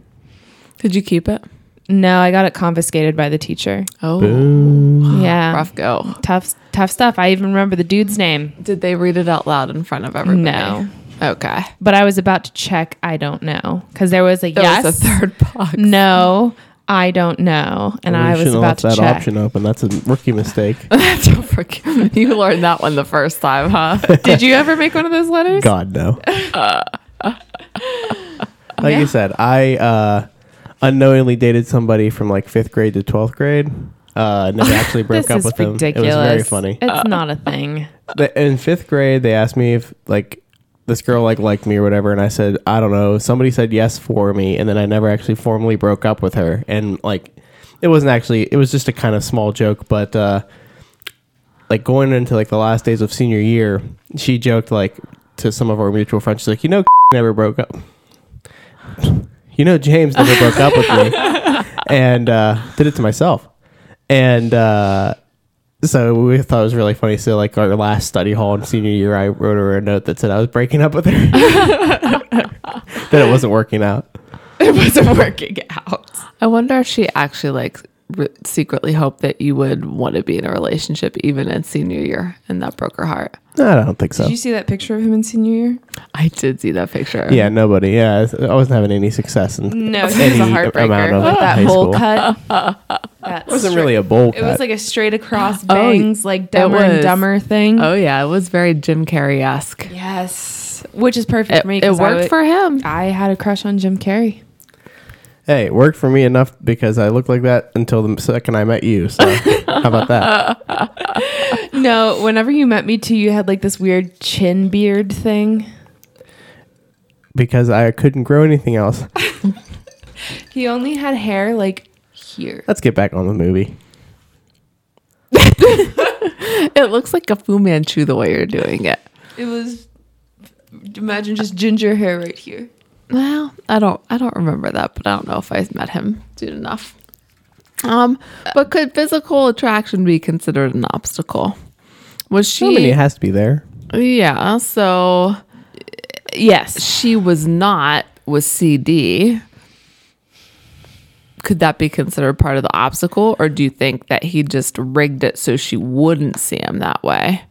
[SPEAKER 1] Did you keep it?
[SPEAKER 2] No, I got it confiscated by the teacher.
[SPEAKER 1] Oh,
[SPEAKER 2] yeah,
[SPEAKER 1] rough go.
[SPEAKER 2] tough, tough stuff. I even remember the dude's name.
[SPEAKER 1] Did they read it out loud in front of everybody?
[SPEAKER 2] No.
[SPEAKER 1] Okay.
[SPEAKER 2] but I was about to check. I don't know because there was a
[SPEAKER 1] There
[SPEAKER 2] yes,
[SPEAKER 1] was a third box.
[SPEAKER 2] no, I don't know, and
[SPEAKER 3] Well, you
[SPEAKER 2] I was
[SPEAKER 3] shouldn't have
[SPEAKER 2] about
[SPEAKER 3] left
[SPEAKER 2] to
[SPEAKER 3] that
[SPEAKER 2] check.
[SPEAKER 3] option open. That's a rookie mistake.
[SPEAKER 1] Don't forget- you learned that one the first time, huh?
[SPEAKER 2] Did you ever make one of those letters?
[SPEAKER 3] God no. like you said, I uh, unknowingly dated somebody from like fifth grade to twelfth grade. Uh, never actually broke
[SPEAKER 2] This
[SPEAKER 3] up
[SPEAKER 2] is
[SPEAKER 3] with them. It
[SPEAKER 2] ridiculous.
[SPEAKER 3] was very funny.
[SPEAKER 2] It's not a thing.
[SPEAKER 3] The- in fifth grade, they asked me if like this girl like liked me or whatever, and I said I don't know. Somebody said yes for me, and then I never actually formally broke up with her. And like, it wasn't actually. It was just a kind of small joke, but. Uh, like going into like the last days of senior year, she joked like to some of our mutual friends, she's like, you know, never broke up. You know, James never broke up with me, and uh, did it to myself. And uh, so we thought it was really funny. So like our last study hall in senior year, I wrote her a note that said I was breaking up with her. that it wasn't working out.
[SPEAKER 2] It wasn't working out.
[SPEAKER 1] I wonder if she actually like re- secretly hoped that you would want to be in a relationship even in senior year, and that broke her heart.
[SPEAKER 3] No, I don't think so.
[SPEAKER 2] Did you see that picture of him in senior year?
[SPEAKER 1] I did see that picture.
[SPEAKER 3] Yeah, nobody. Yeah, I wasn't having any success in
[SPEAKER 2] No, he was
[SPEAKER 3] any
[SPEAKER 2] a
[SPEAKER 3] amount
[SPEAKER 2] heartbreaker
[SPEAKER 3] of
[SPEAKER 2] with that
[SPEAKER 3] high school.
[SPEAKER 2] bowl cut. That
[SPEAKER 3] It wasn't really a bowl cut.
[SPEAKER 2] It was like a straight across
[SPEAKER 1] Oh,
[SPEAKER 2] bangs, like dumber and
[SPEAKER 1] was.
[SPEAKER 2] dumber thing.
[SPEAKER 1] Oh yeah, it was very Jim Carrey esque.
[SPEAKER 2] Yes, which is perfect
[SPEAKER 1] It,
[SPEAKER 2] for me.
[SPEAKER 1] it
[SPEAKER 2] 'cause I
[SPEAKER 1] worked
[SPEAKER 2] would-
[SPEAKER 1] for him.
[SPEAKER 2] I had a crush on Jim Carrey.
[SPEAKER 3] hey, it worked for me enough because I looked like that until the second I met you. So how about that?
[SPEAKER 2] No, whenever you met me too, you had like this weird chin beard thing.
[SPEAKER 3] Because I couldn't grow anything else.
[SPEAKER 2] He only had hair like here.
[SPEAKER 3] Let's get back on the movie.
[SPEAKER 1] It looks like a Fu Manchu the way you're doing it.
[SPEAKER 2] It was imagine just ginger hair right here.
[SPEAKER 1] Well, I don't I don't remember that, but I don't know if I met him soon enough. Um, but could physical attraction be considered an obstacle? Was
[SPEAKER 3] I mean,
[SPEAKER 1] she?
[SPEAKER 3] it has to be there.
[SPEAKER 1] Yeah. So
[SPEAKER 2] Yes.
[SPEAKER 1] she was not with CD. Could that be considered part of the obstacle, or do you think that he just rigged it so she wouldn't see him that way?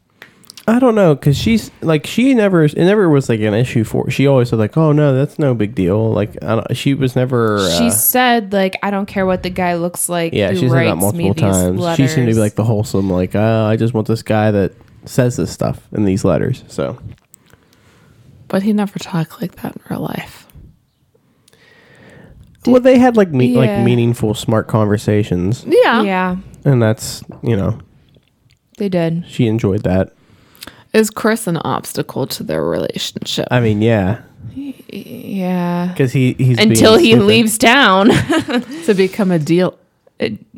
[SPEAKER 3] I don't know because she's like she never it never was like an issue for. She always was like, "Oh no, that's no big deal." Like I don't, she was never.
[SPEAKER 2] She
[SPEAKER 3] Uh,
[SPEAKER 2] said, like, I don't care what the guy looks like.
[SPEAKER 3] yeah,
[SPEAKER 2] who
[SPEAKER 3] she said that
[SPEAKER 2] writes me
[SPEAKER 3] multiple
[SPEAKER 2] these
[SPEAKER 3] times. She seemed to
[SPEAKER 2] letters."
[SPEAKER 3] be like the wholesome, like, "Oh, I just want this guy that says this stuff in these letters." So
[SPEAKER 1] But he never talked like that in real life.
[SPEAKER 3] well, they had like me-
[SPEAKER 2] Yeah.
[SPEAKER 3] like meaningful, smart conversations,
[SPEAKER 1] Yeah.
[SPEAKER 2] Yeah,
[SPEAKER 3] and that's you know
[SPEAKER 2] they did.
[SPEAKER 3] she enjoyed that.
[SPEAKER 1] Is Chris an obstacle to their relationship?
[SPEAKER 3] I mean, yeah,
[SPEAKER 2] Yeah.
[SPEAKER 3] because he he's being
[SPEAKER 2] Until he
[SPEAKER 3] stupid.
[SPEAKER 2] leaves town.
[SPEAKER 1] to become a deal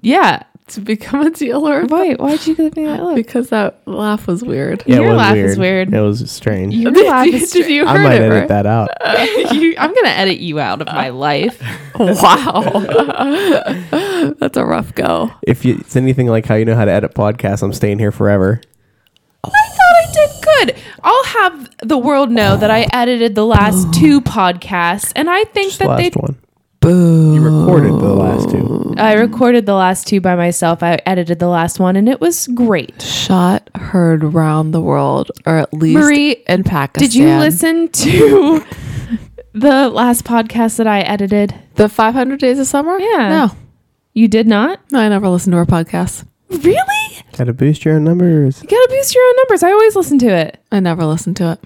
[SPEAKER 2] yeah.
[SPEAKER 1] to become a dealer
[SPEAKER 2] Wait, why'd you give me that look?
[SPEAKER 1] because that laugh was weird.
[SPEAKER 3] Yeah, it
[SPEAKER 2] Your
[SPEAKER 3] was
[SPEAKER 2] laugh is weird.
[SPEAKER 3] It was strange.
[SPEAKER 2] Your
[SPEAKER 1] Did
[SPEAKER 2] laugh
[SPEAKER 1] you-
[SPEAKER 2] is
[SPEAKER 1] did you
[SPEAKER 3] I
[SPEAKER 1] heard
[SPEAKER 3] might
[SPEAKER 1] it,
[SPEAKER 3] edit
[SPEAKER 1] right?
[SPEAKER 3] that out.
[SPEAKER 2] you, I'm gonna edit you out of my life.
[SPEAKER 1] Wow, that's a rough go.
[SPEAKER 3] If you, it's anything like how you know how to edit podcasts, I'm staying here forever.
[SPEAKER 2] I thought I did good. I'll have the world know that I edited the last two podcasts, and I think
[SPEAKER 3] Just
[SPEAKER 2] that they.
[SPEAKER 3] last one. Boo. You recorded the last two.
[SPEAKER 2] I recorded the last two by myself. I edited the last one, and it was great.
[SPEAKER 1] Shot heard round the world, or at least
[SPEAKER 2] Marie,
[SPEAKER 1] in Pakistan.
[SPEAKER 2] Did you listen to the last podcast that I edited?
[SPEAKER 1] the 500 Days of Summer?
[SPEAKER 2] Yeah.
[SPEAKER 1] No,
[SPEAKER 2] You did not.
[SPEAKER 1] no, I never listened to our podcast.
[SPEAKER 2] Really?
[SPEAKER 3] Gotta boost your own numbers.
[SPEAKER 2] You gotta boost your own numbers. I always listen to it.
[SPEAKER 1] I never listened to it.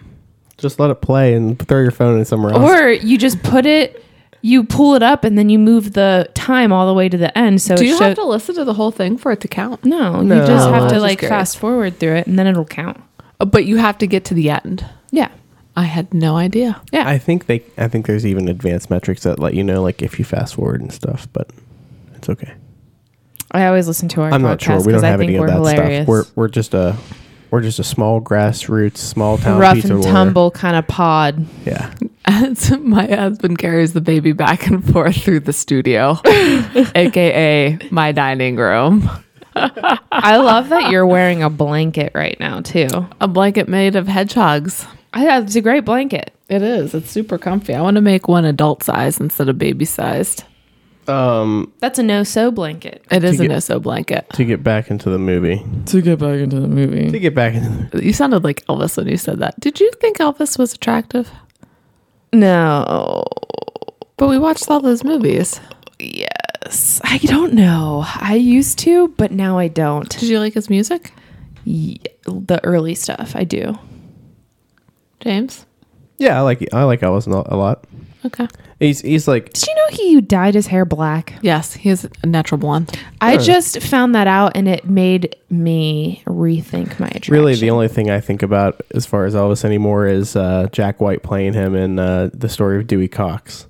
[SPEAKER 3] Just let it play and throw your phone in somewhere else.
[SPEAKER 2] Or you just put it, you pull it up, and then you move the time all the way to the end. So
[SPEAKER 1] Do
[SPEAKER 2] it
[SPEAKER 1] you
[SPEAKER 2] show-
[SPEAKER 1] have to listen to the whole thing for it to count?
[SPEAKER 2] No,
[SPEAKER 3] No.
[SPEAKER 2] you just
[SPEAKER 3] Oh, I
[SPEAKER 2] have
[SPEAKER 1] was
[SPEAKER 2] to
[SPEAKER 1] just
[SPEAKER 2] like
[SPEAKER 1] curious.
[SPEAKER 2] fast forward through it, and then it'll count.
[SPEAKER 1] Uh, But you have to get to the end.
[SPEAKER 2] Yeah.
[SPEAKER 1] I had no idea.
[SPEAKER 2] Yeah.
[SPEAKER 3] I think they. I think there's even advanced metrics that let you know, like if you fast forward and stuff. But it's okay.
[SPEAKER 2] I always listen to our
[SPEAKER 3] I'm
[SPEAKER 2] podcast
[SPEAKER 3] not sure. We don't
[SPEAKER 2] I
[SPEAKER 3] have
[SPEAKER 2] think
[SPEAKER 3] any of
[SPEAKER 2] we're
[SPEAKER 3] that
[SPEAKER 2] hilarious.
[SPEAKER 3] stuff. We're we're just a we're just a small grassroots, small town
[SPEAKER 2] rough
[SPEAKER 3] pizza
[SPEAKER 2] and
[SPEAKER 3] roller.
[SPEAKER 2] tumble kind of pod.
[SPEAKER 3] Yeah,
[SPEAKER 1] As my husband carries the baby back and forth through the studio, aka my dining room.
[SPEAKER 2] I love that you're wearing a blanket right now too.
[SPEAKER 1] A blanket made of hedgehogs.
[SPEAKER 2] I, it's a great blanket.
[SPEAKER 1] It is. It's super comfy. I want to make one adult size instead of baby sized.
[SPEAKER 3] Um,
[SPEAKER 2] That's a no-so blanket.
[SPEAKER 1] It is
[SPEAKER 3] get-
[SPEAKER 1] an OSO blanket.
[SPEAKER 3] to get back into the movie.
[SPEAKER 2] To get back into the
[SPEAKER 3] To
[SPEAKER 2] movie,
[SPEAKER 3] get back into the,
[SPEAKER 1] You sounded like Elvis when you said that. Did you think Elvis was attractive?
[SPEAKER 2] no,
[SPEAKER 1] But we watched all those movies.
[SPEAKER 2] yes, I don't know. I used to, but now I don't.
[SPEAKER 1] Did you like his music,
[SPEAKER 2] Ye- the early stuff, I do.
[SPEAKER 1] James?
[SPEAKER 3] yeah, I like I like Elvis a lot.
[SPEAKER 1] Okay.
[SPEAKER 3] He's he's like
[SPEAKER 2] Did you know he dyed his hair black?
[SPEAKER 1] Yes, he is a natural blonde.
[SPEAKER 2] I just found that out and it made me rethink my attraction.
[SPEAKER 3] Really, the only thing I think about as far as Elvis anymore is uh, Jack White playing him in uh, the story of Dewey Cox.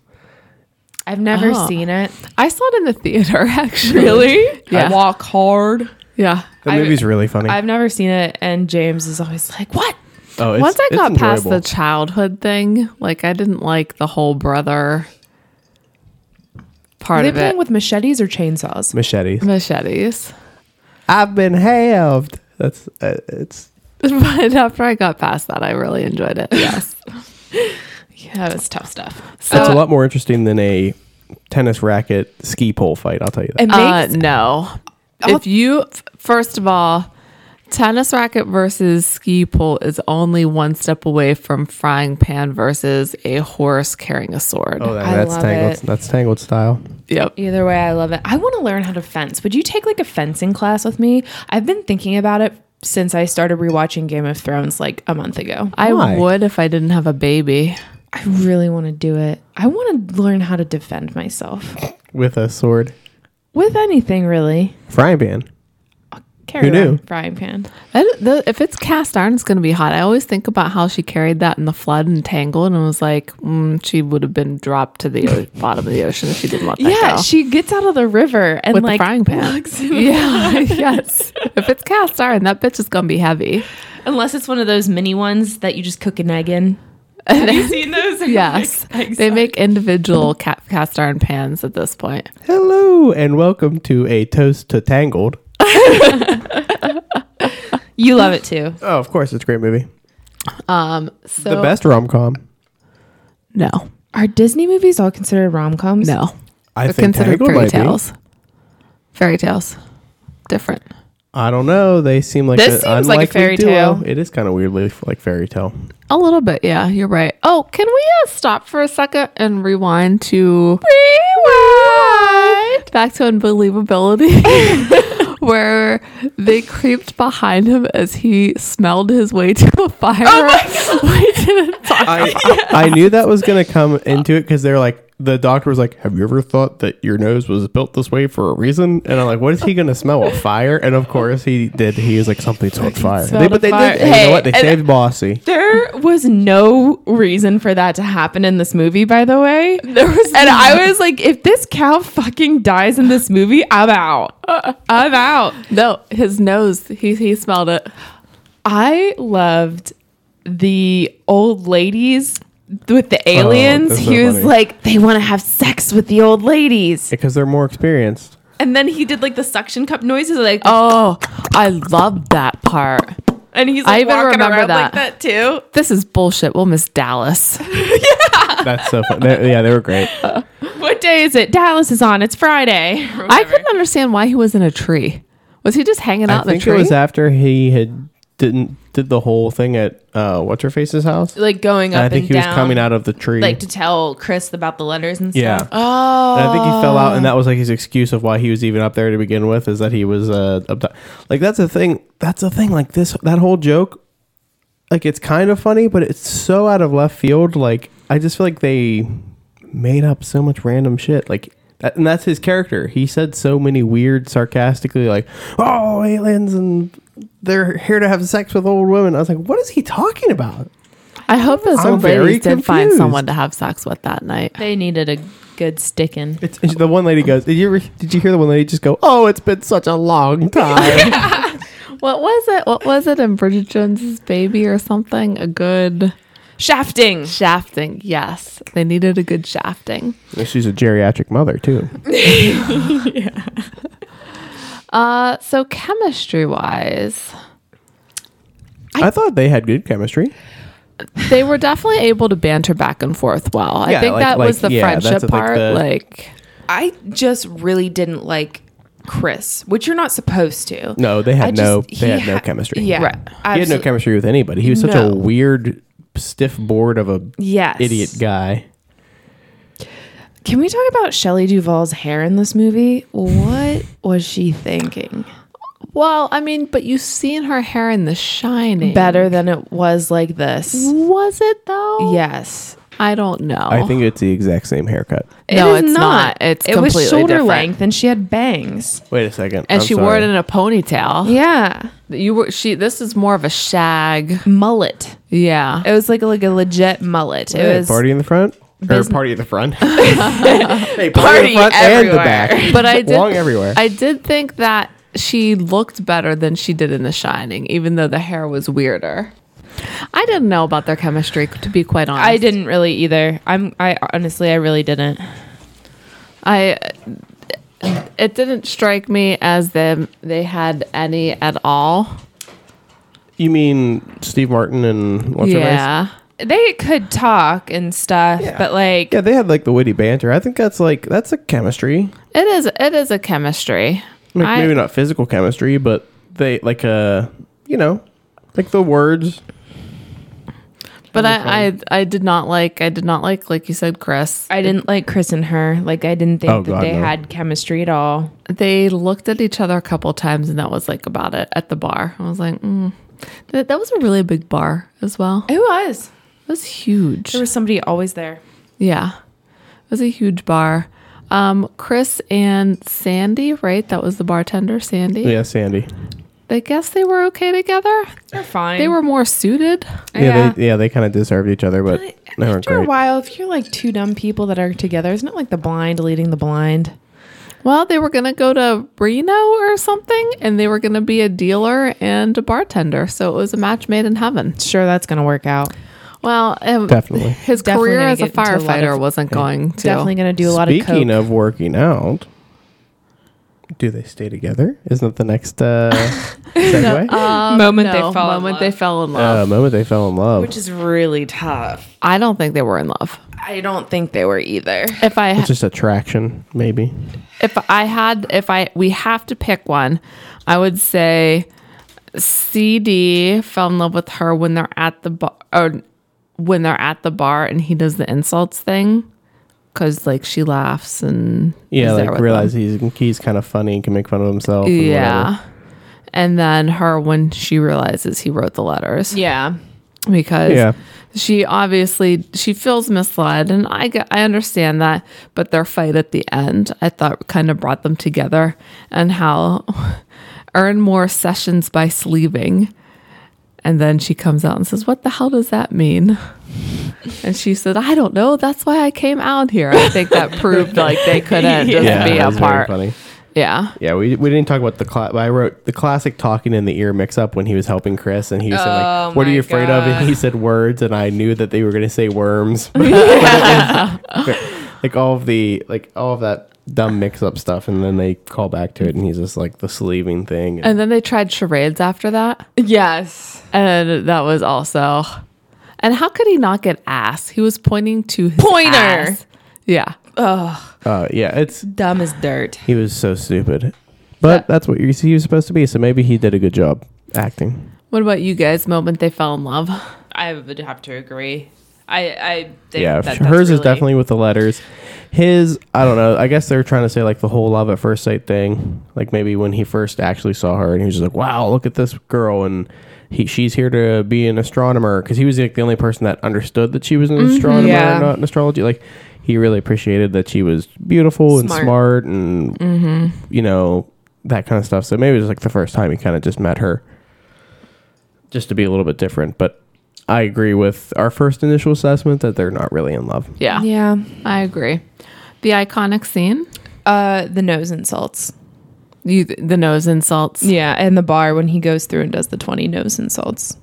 [SPEAKER 2] I've never
[SPEAKER 1] Oh.
[SPEAKER 2] seen it.
[SPEAKER 1] I saw it in the theater, actually. Yeah.
[SPEAKER 2] walk hard.
[SPEAKER 1] Yeah.
[SPEAKER 3] The
[SPEAKER 2] I-
[SPEAKER 3] movie's really funny.
[SPEAKER 2] I've never seen it and James is always like, "What?"
[SPEAKER 3] oh, it's,
[SPEAKER 1] Once I
[SPEAKER 3] it's
[SPEAKER 1] got past the
[SPEAKER 3] enjoyable.
[SPEAKER 1] childhood thing, like I didn't like the whole brother
[SPEAKER 2] Are
[SPEAKER 1] part
[SPEAKER 2] they
[SPEAKER 1] of it.
[SPEAKER 2] playing with machetes or chainsaws?
[SPEAKER 3] machetes.
[SPEAKER 1] machetes.
[SPEAKER 3] I've been halved. That's uh, it's
[SPEAKER 1] But after I got past that, I really enjoyed it. Yes.
[SPEAKER 2] Yeah, it's tough stuff.
[SPEAKER 3] that's a lot more interesting than a tennis racket ski pole fight. I'll tell you that.
[SPEAKER 2] It
[SPEAKER 1] uh,
[SPEAKER 2] makes
[SPEAKER 1] no. If you, f- first of all, Tennis racket versus ski pole is only one step away from frying pan versus a horse carrying a sword.
[SPEAKER 3] Oh, that,
[SPEAKER 2] I
[SPEAKER 3] that's
[SPEAKER 2] love
[SPEAKER 3] tangled.
[SPEAKER 2] it.
[SPEAKER 3] That's tangled style.
[SPEAKER 1] Yep.
[SPEAKER 2] Either way, I love it. I want to learn how to fence. Would you take like a fencing class with me? I've been thinking about it since I started rewatching Game of Thrones like a month ago.
[SPEAKER 1] I
[SPEAKER 3] Why?
[SPEAKER 1] would if I didn't have a baby.
[SPEAKER 2] I really want to do it. I want to learn how to defend myself
[SPEAKER 3] with a sword.
[SPEAKER 2] with anything, really.
[SPEAKER 3] Frying pan.
[SPEAKER 2] Carry
[SPEAKER 3] Who
[SPEAKER 2] around
[SPEAKER 3] knew?
[SPEAKER 2] frying pan.
[SPEAKER 1] And the, if it's cast iron, it's going to be hot. I always think about how she carried that in the flood and tangled, and was like, mm, she would have been dropped to the o- bottom of the ocean if she didn't let that
[SPEAKER 2] Yeah,
[SPEAKER 1] go.
[SPEAKER 2] she gets out of the river and
[SPEAKER 1] with
[SPEAKER 2] like
[SPEAKER 1] the frying pan.
[SPEAKER 2] lugs in-
[SPEAKER 1] yeah, yes. If it's cast iron, that bitch is gonna be heavy.
[SPEAKER 2] Unless it's one of those mini ones that you just cook an egg in. Have you seen those?
[SPEAKER 1] Yes,
[SPEAKER 2] Like, eggs
[SPEAKER 1] they
[SPEAKER 2] on-
[SPEAKER 1] make individual ca- cast iron pans at this point.
[SPEAKER 3] Hello and welcome to a toast to Tangled.
[SPEAKER 2] You love it too.
[SPEAKER 3] Oh, of course, it's a great movie.
[SPEAKER 1] Um, so
[SPEAKER 3] the best rom com.
[SPEAKER 1] No,
[SPEAKER 2] Are Disney movies all considered rom coms?
[SPEAKER 1] no,
[SPEAKER 3] I
[SPEAKER 1] They're
[SPEAKER 3] think
[SPEAKER 1] considered
[SPEAKER 3] Tangled
[SPEAKER 1] fairy
[SPEAKER 3] might be.
[SPEAKER 1] tales. Fairy tales, different.
[SPEAKER 3] I don't know. They seem like
[SPEAKER 2] This
[SPEAKER 3] a
[SPEAKER 2] seems like a
[SPEAKER 3] unlikely
[SPEAKER 2] fairy
[SPEAKER 3] duo.
[SPEAKER 2] tale.
[SPEAKER 3] It is kind of weirdly f- like fairy tale.
[SPEAKER 1] A little bit, yeah, you're right. Oh, can we uh, stop for a second and rewind to rewind back to unbelievability, where they creeped behind him as he smelled his way to a fire. we didn't talk.
[SPEAKER 3] I, I knew that was going to come into it because they're like the doctor was like, "Have you ever thought that your nose was built this way for a reason?" And I'm like, "What is he going to smell? A fire?" And of course he did. He was like, "Something's on fire." They,
[SPEAKER 2] smelled
[SPEAKER 3] but
[SPEAKER 2] a
[SPEAKER 3] they
[SPEAKER 2] fire.
[SPEAKER 3] did. and you
[SPEAKER 2] Hey,
[SPEAKER 3] know what? They
[SPEAKER 2] and-
[SPEAKER 3] saved Bossy.
[SPEAKER 2] There was no reason for that to happen in this movie, by the way. There was And I was like, if this cow fucking dies in this movie, I'm out. I'm out.
[SPEAKER 1] No, his nose. He he smelled it.
[SPEAKER 2] I loved the old ladies with the aliens.
[SPEAKER 3] that's Oh, so
[SPEAKER 2] he was
[SPEAKER 3] funny.
[SPEAKER 2] like, they want to have sex with the old ladies.
[SPEAKER 3] because they're more experienced.
[SPEAKER 2] And then he did like the suction cup noises, like,
[SPEAKER 1] Oh, I loved that part.
[SPEAKER 2] and he's
[SPEAKER 1] I
[SPEAKER 2] like
[SPEAKER 1] even
[SPEAKER 2] walking
[SPEAKER 1] remember
[SPEAKER 2] around like
[SPEAKER 1] that.
[SPEAKER 2] that too.
[SPEAKER 1] This is bullshit. We'll miss Dallas.
[SPEAKER 3] That's so fun. They- yeah, they were great.
[SPEAKER 2] What day is it? Dallas is on. It's Friday.
[SPEAKER 1] I couldn't understand why he was in a tree. Was he just hanging
[SPEAKER 3] I
[SPEAKER 1] out in the
[SPEAKER 3] think it
[SPEAKER 1] tree?
[SPEAKER 3] was after he had didn't did the whole thing at uh, what's her face's house.
[SPEAKER 2] like going up.
[SPEAKER 3] And I think
[SPEAKER 2] and
[SPEAKER 3] he was
[SPEAKER 2] down.
[SPEAKER 3] coming out of the tree.
[SPEAKER 2] like to tell Chris about the letters and stuff.
[SPEAKER 3] yeah.
[SPEAKER 1] oh,
[SPEAKER 3] And I think he fell out, and that was like his excuse of why he was even up there to begin with, is that he was uh, abdu- like that's a thing. That's a thing. Like this, that whole joke, like it's kind of funny, but it's so out of left field. Like I just feel like they made up so much random shit. Like, that, and that's his character. He said so many weird, sarcastically, like, "Oh, aliens and." They're here to have sex with old women. I was like, "What is he talking about?"
[SPEAKER 1] I hope those
[SPEAKER 3] I'm
[SPEAKER 1] old
[SPEAKER 3] very
[SPEAKER 1] ladies did find
[SPEAKER 3] confused.
[SPEAKER 1] someone to have sex with that night.
[SPEAKER 2] They needed a good sticking.
[SPEAKER 3] It's, it's- the one lady goes. Did you ever, did you hear the one lady just go? Oh, it's been such a long time.
[SPEAKER 1] What was it? What was it in Bridget Jones's Baby or something? A good
[SPEAKER 2] Shafting.
[SPEAKER 1] shafting. Yes, they needed a good shafting.
[SPEAKER 3] And She's a geriatric mother too.
[SPEAKER 1] Uh, so chemistry wise,
[SPEAKER 3] I, thought they had good chemistry.
[SPEAKER 1] they were definitely able to banter back and forth well. I
[SPEAKER 3] Yeah,
[SPEAKER 1] think
[SPEAKER 3] like-
[SPEAKER 1] that was the
[SPEAKER 3] like, yeah,
[SPEAKER 1] friendship
[SPEAKER 3] that's like
[SPEAKER 1] part.
[SPEAKER 3] the-
[SPEAKER 1] like
[SPEAKER 2] I just really didn't like Chris, which you're not supposed to.
[SPEAKER 3] No, they
[SPEAKER 2] I
[SPEAKER 3] had
[SPEAKER 2] just-
[SPEAKER 3] no
[SPEAKER 2] he
[SPEAKER 3] they had no
[SPEAKER 2] ha-
[SPEAKER 3] chemistry.
[SPEAKER 2] Yeah.
[SPEAKER 1] Right.
[SPEAKER 3] he had no
[SPEAKER 2] absolute-
[SPEAKER 3] chemistry with anybody. He was such
[SPEAKER 2] No.
[SPEAKER 3] a weird, stiff board of a
[SPEAKER 2] Yes.
[SPEAKER 3] idiot guy.
[SPEAKER 2] Can we talk about Shelley Duvall's hair in this movie? What was she thinking?
[SPEAKER 1] Well, I mean, but you've seen her hair in The Shining.
[SPEAKER 2] Better than it was like this.
[SPEAKER 1] Was it though?
[SPEAKER 2] Yes.
[SPEAKER 1] I don't know.
[SPEAKER 3] I think it's the exact same haircut.
[SPEAKER 1] No,
[SPEAKER 2] It is
[SPEAKER 1] it's not. It's
[SPEAKER 2] it was
[SPEAKER 1] completely
[SPEAKER 2] shoulder
[SPEAKER 1] different.
[SPEAKER 2] length and she had bangs.
[SPEAKER 3] Wait a second.
[SPEAKER 1] And
[SPEAKER 3] I'm
[SPEAKER 1] she wore it
[SPEAKER 3] sorry.
[SPEAKER 1] in a ponytail.
[SPEAKER 2] Yeah.
[SPEAKER 1] You were she. This is more of a shag.
[SPEAKER 2] Mullet.
[SPEAKER 1] Yeah.
[SPEAKER 2] It was like a, like a legit mullet. It
[SPEAKER 3] Hey,
[SPEAKER 2] was
[SPEAKER 3] party in the front
[SPEAKER 2] bus-
[SPEAKER 3] or party at the front. hey, party, in the
[SPEAKER 2] Party
[SPEAKER 3] front and the
[SPEAKER 2] everywhere.
[SPEAKER 3] back.
[SPEAKER 1] but I did.
[SPEAKER 3] long everywhere.
[SPEAKER 1] I did think that she looked better than she did in The Shining, even though the hair was weirder. I didn't know about their chemistry, to be quite honest.
[SPEAKER 2] I didn't really either. I'm I honestly I really didn't.
[SPEAKER 1] I it didn't strike me as them they had any at all.
[SPEAKER 3] you mean Steve Martin and what's her face?
[SPEAKER 1] yeah.
[SPEAKER 2] They could talk and stuff, but like
[SPEAKER 3] Yeah, they had like the witty banter. I think that's like that's a chemistry.
[SPEAKER 1] It is it is a chemistry.
[SPEAKER 3] Like,
[SPEAKER 1] I-
[SPEAKER 3] maybe not physical chemistry, but they like uh you know, like the words.
[SPEAKER 1] But I, I I did not like I did not like like you said, Chris.
[SPEAKER 2] I didn't like Chris and her. Like I didn't think
[SPEAKER 3] Oh,
[SPEAKER 2] that
[SPEAKER 3] God,
[SPEAKER 2] they
[SPEAKER 3] no.
[SPEAKER 2] had chemistry at all.
[SPEAKER 1] They looked at each other a couple times, and that was like about it at the bar. I was like, mm. that, that was a really big bar as well.
[SPEAKER 2] It was.
[SPEAKER 1] It was huge.
[SPEAKER 2] There was somebody always there.
[SPEAKER 1] Yeah. It was a huge bar. Um, Chris and Sandy, right? That was the bartender, Sandy.
[SPEAKER 3] Yeah, Sandy.
[SPEAKER 1] I guess they were okay together.
[SPEAKER 2] They're fine.
[SPEAKER 1] They were more suited.
[SPEAKER 3] Yeah, they yeah they kind of deserved each other, but they weren't
[SPEAKER 2] After a
[SPEAKER 3] great.
[SPEAKER 2] while, if you're like two dumb people that are together, it's not like the blind leading the blind.
[SPEAKER 1] Well, they were going to go to Reno or something, and they were going to be a dealer and a bartender. So it was a match made in heaven.
[SPEAKER 2] Sure, that's gonna work out.
[SPEAKER 1] Well, um,
[SPEAKER 3] Definitely.
[SPEAKER 1] his
[SPEAKER 2] Definitely
[SPEAKER 1] career
[SPEAKER 2] gonna
[SPEAKER 1] as a
[SPEAKER 2] get into a lot
[SPEAKER 1] firefighter
[SPEAKER 2] of-
[SPEAKER 1] wasn't going to.
[SPEAKER 2] Definitely gonna do a lot of coke.
[SPEAKER 3] Speaking of working out, do they stay together? Isn't that the next uh, segue?
[SPEAKER 2] Uh, Um, moment
[SPEAKER 1] No, moment they fell in love.
[SPEAKER 3] uh, moment they fell in love.
[SPEAKER 2] which is really tough.
[SPEAKER 1] I don't think they were in love.
[SPEAKER 2] I don't think they were either.
[SPEAKER 1] If I
[SPEAKER 3] it's just attraction, maybe.
[SPEAKER 1] if I had, if I, we have to pick one, I would say CD fell in love with her when they're at the bar, or when they're at the bar and he does the insults thing. Cause like she laughs and
[SPEAKER 3] Yeah,
[SPEAKER 1] is there
[SPEAKER 3] like
[SPEAKER 1] with
[SPEAKER 3] realize
[SPEAKER 1] him.
[SPEAKER 3] he's he's kind of funny and can make fun of himself. and whatever.
[SPEAKER 1] Yeah. And then her when she realizes he wrote the letters
[SPEAKER 2] Yeah.
[SPEAKER 1] because
[SPEAKER 3] Yeah.
[SPEAKER 1] she obviously she feels misled and I get- I understand that but their fight at the end I thought kind of brought them together and how earn more sessions by sleeving and then she comes out and says what the hell does that mean and she said I don't know that's why I came out here I think that proved like they couldn't just
[SPEAKER 3] yeah,
[SPEAKER 1] be
[SPEAKER 3] that was very
[SPEAKER 1] apart
[SPEAKER 3] funny.
[SPEAKER 1] yeah
[SPEAKER 3] Yeah, we, we didn't talk about the class. I wrote the classic talking in the ear mix up when he was helping Chris, and he was saying
[SPEAKER 2] Oh
[SPEAKER 3] like, "What are
[SPEAKER 2] my
[SPEAKER 3] you afraid of?"
[SPEAKER 2] God.
[SPEAKER 3] And he said words, and I knew that they were going to say worms. like all of the like all of that dumb mix up stuff, and then they call back to it, and he's just like the sleeving thing. And,
[SPEAKER 1] and then they tried charades after that
[SPEAKER 2] Yes.
[SPEAKER 1] And that was also. And how could he not get ass? He was pointing to his
[SPEAKER 2] Pointer.
[SPEAKER 1] ass. Yeah.
[SPEAKER 3] uh, yeah, it's
[SPEAKER 2] Dumb as dirt.
[SPEAKER 3] he was so stupid, but that's what you he was supposed to be. So maybe he did a good job acting.
[SPEAKER 1] What about you guys? Moment they fell in love.
[SPEAKER 2] I would have to agree. I, I think
[SPEAKER 3] yeah,
[SPEAKER 2] that, that's
[SPEAKER 3] hers is
[SPEAKER 2] really-
[SPEAKER 3] definitely with the letters. His, I don't know. I guess they're trying to say like the whole love at first sight thing. Like maybe when he first actually saw her, and he was just like, "Wow, look at this girl," and he, she's here to be an astronomer because he was like the only person that understood that she was an astronomer,
[SPEAKER 2] Mm-hmm. Yeah.
[SPEAKER 3] and not an astrology. Like he really appreciated that she was beautiful and
[SPEAKER 2] Smart.
[SPEAKER 3] smart, and
[SPEAKER 1] Mm-hmm.
[SPEAKER 3] you know that kind of stuff. So maybe it was like the first time he kind of just met her, just to be a little bit different, but. I agree with our first initial assessment that they're not really in love.
[SPEAKER 1] Yeah.
[SPEAKER 2] Yeah.
[SPEAKER 1] I agree. The iconic scene,
[SPEAKER 2] Uh, the nose insults.
[SPEAKER 1] you, the nose insults.
[SPEAKER 2] Yeah, and the bar when he goes through and does the twenty nose insults.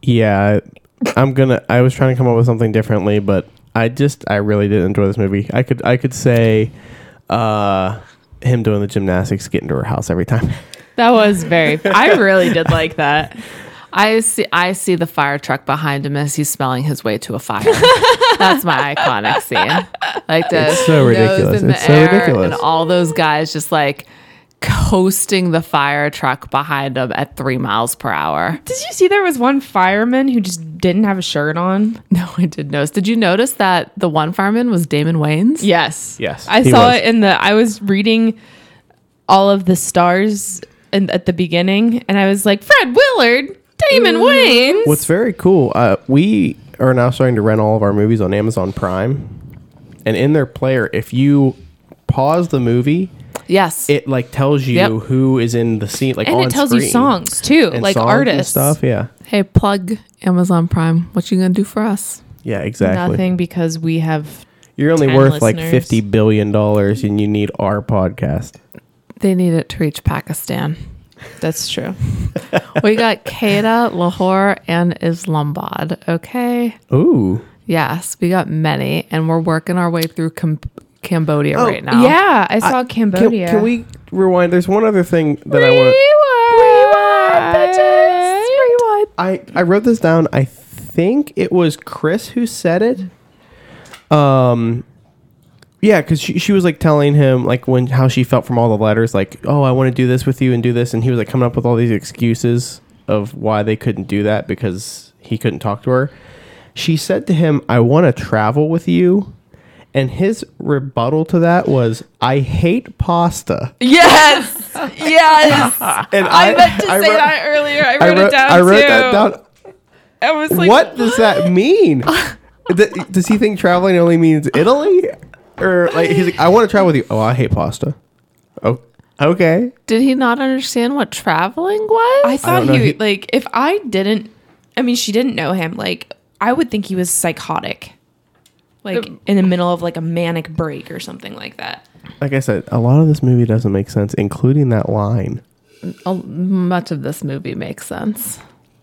[SPEAKER 3] Yeah, I- I'm gonna. I was trying to come up with something differently, but I just I really did enjoy this movie. I could I could say, uh, him doing the gymnastics, getting to her house every time.
[SPEAKER 2] That was very. I really did like that.
[SPEAKER 1] I see. I see the fire truck behind him as he's smelling his way to a fire. That's my iconic scene. Like the
[SPEAKER 3] It's so ridiculous.
[SPEAKER 1] nose in the
[SPEAKER 3] It's so
[SPEAKER 1] air
[SPEAKER 3] ridiculous.
[SPEAKER 1] and all those guys just like coasting the fire truck behind him at three miles per hour.
[SPEAKER 2] Did you see there was one fireman who just didn't have a shirt on?
[SPEAKER 1] No, I did notice. Did you notice that the one fireman was Damon Wayans?
[SPEAKER 2] Yes.
[SPEAKER 3] Yes,
[SPEAKER 2] I
[SPEAKER 3] he
[SPEAKER 2] saw
[SPEAKER 3] was.
[SPEAKER 2] it in the. I was reading all of the stars in, at the beginning, and I was like, Fred Willard, Damon
[SPEAKER 3] Mm.
[SPEAKER 2] Wayans.
[SPEAKER 3] What's very cool, uh, we are now starting to rent all of our movies on Amazon Prime, and in their player, if you pause the movie,
[SPEAKER 1] Yes.
[SPEAKER 3] it like tells you
[SPEAKER 1] Yep.
[SPEAKER 3] who is in the scene, like
[SPEAKER 2] and
[SPEAKER 3] on
[SPEAKER 2] it tells you
[SPEAKER 3] screen.
[SPEAKER 2] songs too,
[SPEAKER 3] And
[SPEAKER 2] like
[SPEAKER 3] songs and
[SPEAKER 2] artists.
[SPEAKER 3] stuff. Yeah,
[SPEAKER 1] hey, plug Amazon Prime. What you gonna do for us?
[SPEAKER 3] yeah, exactly.
[SPEAKER 2] Nothing because we have.
[SPEAKER 3] You're only
[SPEAKER 2] 10
[SPEAKER 3] worth like
[SPEAKER 2] listeners.
[SPEAKER 3] fifty billion dollars, and you need our podcast.
[SPEAKER 1] They need it to reach Pakistan.
[SPEAKER 2] That's true.
[SPEAKER 1] we got Kedah, Lahore, and Islamabad. Okay.
[SPEAKER 3] Ooh,
[SPEAKER 1] Yes, we got many, and we're working our way through Cam- Cambodia right now.
[SPEAKER 2] Yeah, I saw
[SPEAKER 3] can,
[SPEAKER 2] Cambodia.
[SPEAKER 3] can we rewind? There's one other thing that I want.
[SPEAKER 2] Rewind.
[SPEAKER 3] I I wrote this down. I think it was Chris who said it. Um, yeah, because she she was like telling him like when how she felt from all the letters, like oh I want to do this with you and do this, and he was like coming up with all these excuses of why they couldn't do that because he couldn't talk to her. She said to him, I want to travel with you. And his rebuttal to that was, I hate pasta.
[SPEAKER 2] Yes. Yes.
[SPEAKER 3] And
[SPEAKER 2] I, meant to
[SPEAKER 3] I
[SPEAKER 2] say
[SPEAKER 3] wrote-
[SPEAKER 2] that earlier. I wrote,
[SPEAKER 3] I
[SPEAKER 2] it
[SPEAKER 3] wrote,
[SPEAKER 2] down
[SPEAKER 3] I wrote
[SPEAKER 2] too.
[SPEAKER 3] that down.
[SPEAKER 2] I was like,
[SPEAKER 3] what does that mean? Th- does he think traveling only means Italy? Or like he's like, I want to travel with you. Oh, I hate pasta. Oh, okay.
[SPEAKER 1] Did he not understand what traveling was?
[SPEAKER 2] I thought
[SPEAKER 3] know,
[SPEAKER 2] he,
[SPEAKER 3] he-
[SPEAKER 2] like if I didn't I mean she didn't know him like I would think he was psychotic. Like in the middle of like a manic break or something like that.
[SPEAKER 3] Like I said, a lot of this movie doesn't make sense, including that line.
[SPEAKER 1] A- Oh, much of this movie makes sense.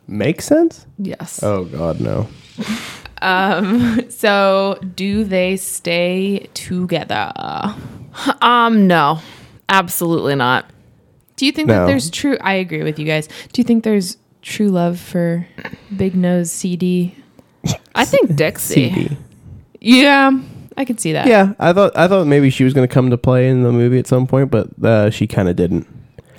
[SPEAKER 3] Make sense?
[SPEAKER 1] Yes.
[SPEAKER 3] Oh God, no.
[SPEAKER 2] So, do they stay together?
[SPEAKER 1] Um, no, absolutely not.
[SPEAKER 2] Do you think
[SPEAKER 3] No.
[SPEAKER 2] that there's true I agree with you guys. Do you think there's true love for Big Nose CD?
[SPEAKER 1] I think Dixie.
[SPEAKER 3] CD.
[SPEAKER 2] Yeah, I could see that.
[SPEAKER 3] Yeah, I thought I thought maybe she was going to come to play in the movie at some point, but uh, she kind of didn't.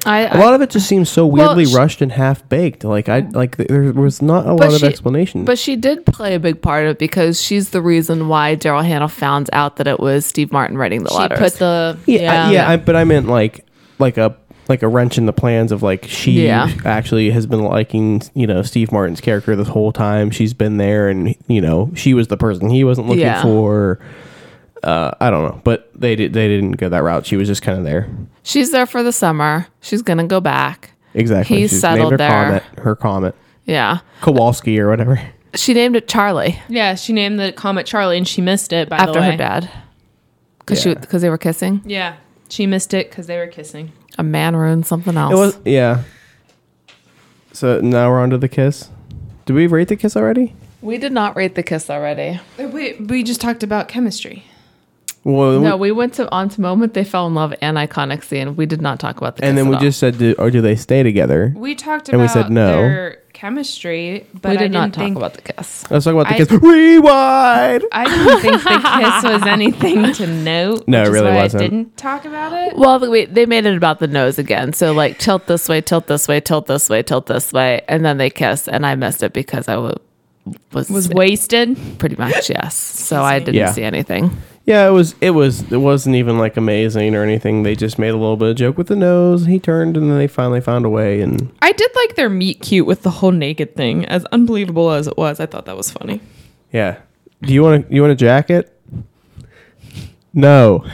[SPEAKER 1] I,
[SPEAKER 3] A lot of it just seems so weirdly
[SPEAKER 1] she-
[SPEAKER 3] rushed and half baked. Like I like th- there was not a lot of
[SPEAKER 1] she-
[SPEAKER 3] explanation.
[SPEAKER 1] But she did play a big part of it because she's the reason why Daryl Hannah found out that it was Steve Martin writing the
[SPEAKER 2] She
[SPEAKER 1] letters.
[SPEAKER 2] put the
[SPEAKER 3] yeah, I, yeah. I, but I meant like like a like a wrench in the plans of like she
[SPEAKER 1] Yeah.
[SPEAKER 3] actually has been liking you know Steve Martin's character this whole time. She's been there, and you know she was the person he wasn't looking
[SPEAKER 1] Yeah.
[SPEAKER 3] for. Uh, I don't know, but they did. They didn't go that route. She was just kind of there.
[SPEAKER 1] she's there for the summer. She's gonna go back.
[SPEAKER 3] Exactly.
[SPEAKER 1] He
[SPEAKER 3] She's
[SPEAKER 1] settled
[SPEAKER 3] her
[SPEAKER 1] there.
[SPEAKER 3] Comet, her comet,
[SPEAKER 1] Yeah,
[SPEAKER 3] Kowalski or whatever.
[SPEAKER 1] she named it Charlie
[SPEAKER 2] yeah, she named the comet Charlie and she missed it by the
[SPEAKER 1] after
[SPEAKER 2] way.
[SPEAKER 1] her dad because she
[SPEAKER 3] Yeah.
[SPEAKER 1] because they were kissing.
[SPEAKER 2] Yeah, she missed it because they were kissing.
[SPEAKER 1] A man ruined something else.
[SPEAKER 3] It was yeah. So now we're on to the kiss. Did we rate the kiss already?
[SPEAKER 1] we did not rate the kiss already.
[SPEAKER 2] We, we just talked about chemistry.
[SPEAKER 3] Well,
[SPEAKER 1] No, we went to on to moment they fell in love and iconic scene. We did not talk about the.
[SPEAKER 3] and
[SPEAKER 1] kiss
[SPEAKER 3] then
[SPEAKER 1] at
[SPEAKER 3] we
[SPEAKER 1] all.
[SPEAKER 3] just said, do, or do they stay together?
[SPEAKER 2] We talked about
[SPEAKER 3] And we said no.
[SPEAKER 2] their chemistry,
[SPEAKER 1] we
[SPEAKER 2] but
[SPEAKER 1] did
[SPEAKER 2] I didn't
[SPEAKER 1] not talk
[SPEAKER 2] think,
[SPEAKER 1] about the kiss.
[SPEAKER 3] Let's talk about the
[SPEAKER 2] I-
[SPEAKER 3] kiss. Rewind.
[SPEAKER 2] I didn't think the kiss was anything to note.
[SPEAKER 3] No,
[SPEAKER 2] which
[SPEAKER 3] it
[SPEAKER 2] is
[SPEAKER 3] really
[SPEAKER 2] why
[SPEAKER 3] wasn't.
[SPEAKER 2] I didn't talk about it.
[SPEAKER 1] Well, the- wait, they made it about the nose again. So like tilt this way, tilt this way, tilt this way, tilt this way, and then they kiss, and I missed it because I w- was
[SPEAKER 2] Was wasted.
[SPEAKER 1] pretty much yes. So I didn't
[SPEAKER 3] Yeah.
[SPEAKER 1] see anything.
[SPEAKER 3] Yeah, it was. It was. It wasn't even like amazing or anything. They just made a little bit of joke with the nose. He turned, and then they finally found a way. And
[SPEAKER 2] I did like their meet cute with the whole naked thing, as unbelievable as it was. I thought that was funny.
[SPEAKER 3] yeah. Do you want to? You want a jacket? No.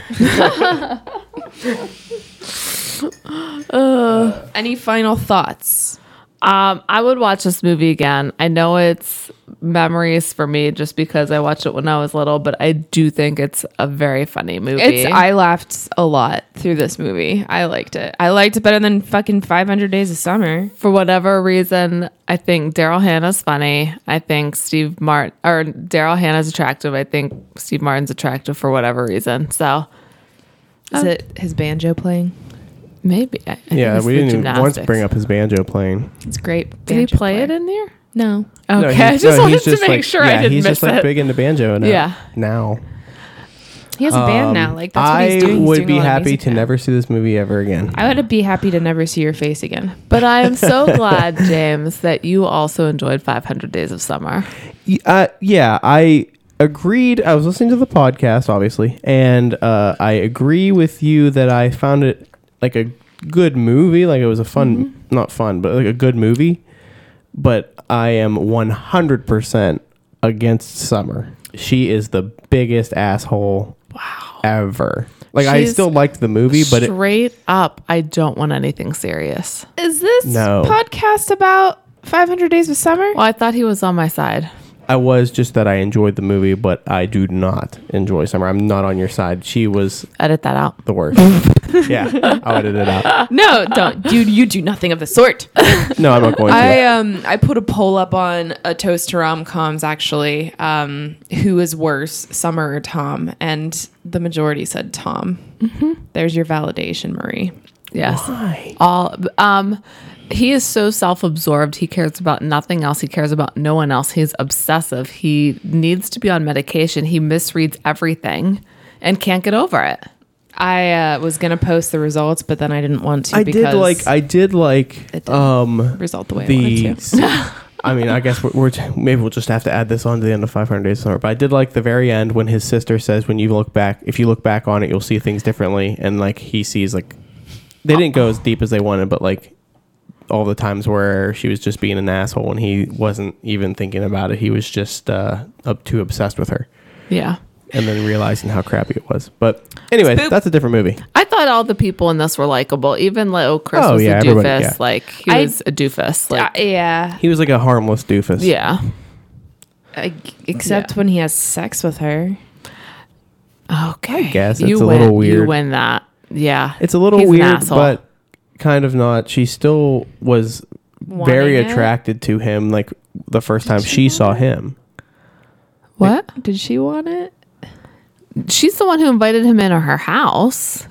[SPEAKER 2] Any final thoughts?
[SPEAKER 1] Um, I would watch this movie again. I know it's memories for me just because I watched it when I was little, but I do think it's a very funny movie.
[SPEAKER 2] It's I laughed a lot through this movie. I liked it. I liked it better than fucking 500 Days of Summer.
[SPEAKER 1] for whatever reason, I think Daryl Hannah's funny. I think Steve Martin or Daryl Hannah's attractive. I think Steve Martin's attractive for whatever reason. So
[SPEAKER 2] Is it his banjo playing?
[SPEAKER 1] maybe. I, I think
[SPEAKER 3] Yeah,
[SPEAKER 1] it's
[SPEAKER 3] we
[SPEAKER 1] the
[SPEAKER 3] didn't even once
[SPEAKER 1] gymnastics.
[SPEAKER 3] bring up his banjo playing.
[SPEAKER 2] It's great.
[SPEAKER 1] Did he play it in there?
[SPEAKER 2] No.
[SPEAKER 1] Okay,
[SPEAKER 3] No,
[SPEAKER 1] I
[SPEAKER 3] he's-
[SPEAKER 1] just
[SPEAKER 3] no,
[SPEAKER 1] wanted
[SPEAKER 3] he's
[SPEAKER 1] to
[SPEAKER 3] just,
[SPEAKER 1] make
[SPEAKER 3] like-
[SPEAKER 1] sure
[SPEAKER 3] yeah,
[SPEAKER 1] I didn't
[SPEAKER 3] he's
[SPEAKER 1] miss
[SPEAKER 3] just like
[SPEAKER 1] it.
[SPEAKER 3] big into banjo. Now.
[SPEAKER 1] Yeah.
[SPEAKER 3] Now.
[SPEAKER 2] He has a band
[SPEAKER 3] Um,
[SPEAKER 2] now. Like that's what he's
[SPEAKER 3] I
[SPEAKER 2] doing. He's
[SPEAKER 3] would
[SPEAKER 2] doing a
[SPEAKER 3] be
[SPEAKER 2] lot of
[SPEAKER 3] happy
[SPEAKER 2] music
[SPEAKER 3] to
[SPEAKER 2] now.
[SPEAKER 3] never see this movie ever again.
[SPEAKER 2] I would be happy to never see your face again.
[SPEAKER 1] But I am so glad, James, that you also enjoyed 500 Days of Summer.
[SPEAKER 3] Y- uh, yeah, I agreed. I was listening to the podcast, obviously, and uh, I agree with you that I found it like a good movie. Like it was a fun, not fun, but like a good movie. But I am 100% against Summer. She is the biggest asshole wow. ever. Like I
[SPEAKER 1] She's
[SPEAKER 3] still liked the movie, but it,
[SPEAKER 1] Straight up, I don't want anything serious.
[SPEAKER 2] Is this
[SPEAKER 3] No.
[SPEAKER 2] podcast about 500 Days of Summer?
[SPEAKER 1] Well, I thought he was on my side.
[SPEAKER 3] I was just that I enjoyed the movie, but I do not enjoy Summer. I'm not on your side. She was
[SPEAKER 1] Edit that out.
[SPEAKER 3] the worst. yeah, I'll edit it out.
[SPEAKER 2] No, don't. Dude, you do nothing of the sort.
[SPEAKER 3] No, I'm not going to.
[SPEAKER 2] I um I put a poll up on a toast to rom coms actually. Um, who is worse, Summer or Tom? And the majority said Tom. There's your validation, Marie.
[SPEAKER 1] Yes.
[SPEAKER 3] Why?
[SPEAKER 1] all um he is so self-absorbed he cares about nothing else he cares about no one else he's obsessive he needs to be on medication he misreads everything and can't get over it
[SPEAKER 2] I uh, was gonna post the results, but then I didn't want to.
[SPEAKER 3] I
[SPEAKER 2] because
[SPEAKER 3] did like I did like
[SPEAKER 2] didn't
[SPEAKER 3] um
[SPEAKER 2] result the way I
[SPEAKER 3] the.
[SPEAKER 2] wanted to.
[SPEAKER 3] I mean, I guess we're, we're maybe we'll just have to add this on to the end of 500 Days of Summer. But I did like the very end when his sister says, "When you look back, if you look back on it, you'll see things differently." And like he sees, like they didn't go as deep as they wanted, but like all the times where she was just being an asshole and he wasn't even thinking about it, he was just uh, up too obsessed with her,
[SPEAKER 1] Yeah.
[SPEAKER 3] and then realizing how crappy it was. But anyways,
[SPEAKER 2] Spoop.
[SPEAKER 3] that's a different movie.
[SPEAKER 1] I thought all the people in this were likable. Even little Chris
[SPEAKER 3] Oh,
[SPEAKER 1] was
[SPEAKER 3] yeah,
[SPEAKER 1] a
[SPEAKER 3] everybody-
[SPEAKER 1] doofus.
[SPEAKER 3] yeah.
[SPEAKER 1] Like he
[SPEAKER 2] I-
[SPEAKER 1] was a doofus. Like
[SPEAKER 2] Uh, yeah,
[SPEAKER 3] He was like a harmless doofus.
[SPEAKER 1] yeah.
[SPEAKER 2] I, except
[SPEAKER 1] Yeah.
[SPEAKER 2] when he has sex with her.
[SPEAKER 1] Okay. I
[SPEAKER 3] guess it's a little
[SPEAKER 1] You
[SPEAKER 3] weird.
[SPEAKER 1] win that. Yeah.
[SPEAKER 3] It's a little
[SPEAKER 1] He's an
[SPEAKER 3] weird,
[SPEAKER 1] asshole.
[SPEAKER 3] but kind of not. She still was very
[SPEAKER 2] Wanting it?
[SPEAKER 3] attracted to him like the first time she saw him.
[SPEAKER 1] what?
[SPEAKER 2] Did she want it?
[SPEAKER 1] She's the one who invited him into her house.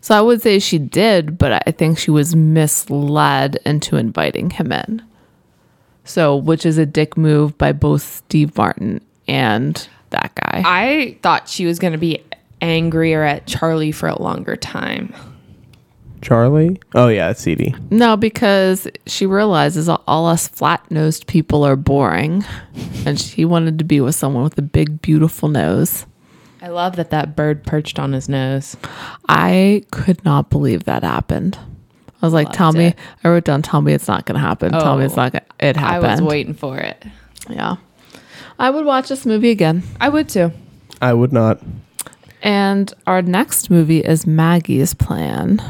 [SPEAKER 1] So I would say she did, but I think she was misled into inviting him in. So, which is a dick move by both Steve Martin and that guy.
[SPEAKER 2] I thought she was gonna be angrier at Charlie for a longer time.
[SPEAKER 3] Charlie? Oh yeah, it's CD.
[SPEAKER 1] No, because she realizes all- all us flat nosed people are boring. And she wanted to be with someone with a big, beautiful nose.
[SPEAKER 2] I love that that bird perched on his nose.
[SPEAKER 1] I could not believe that happened. I was like,
[SPEAKER 2] Loved
[SPEAKER 1] tell me,
[SPEAKER 2] it.
[SPEAKER 1] I wrote down, tell me it's not going to happen. Tell me it's
[SPEAKER 2] Oh,
[SPEAKER 1] not going to, it happened.
[SPEAKER 2] I was waiting for it.
[SPEAKER 1] Yeah. I would watch this movie again.
[SPEAKER 2] I would too.
[SPEAKER 3] I would not.
[SPEAKER 1] And our next movie is Maggie's Plan.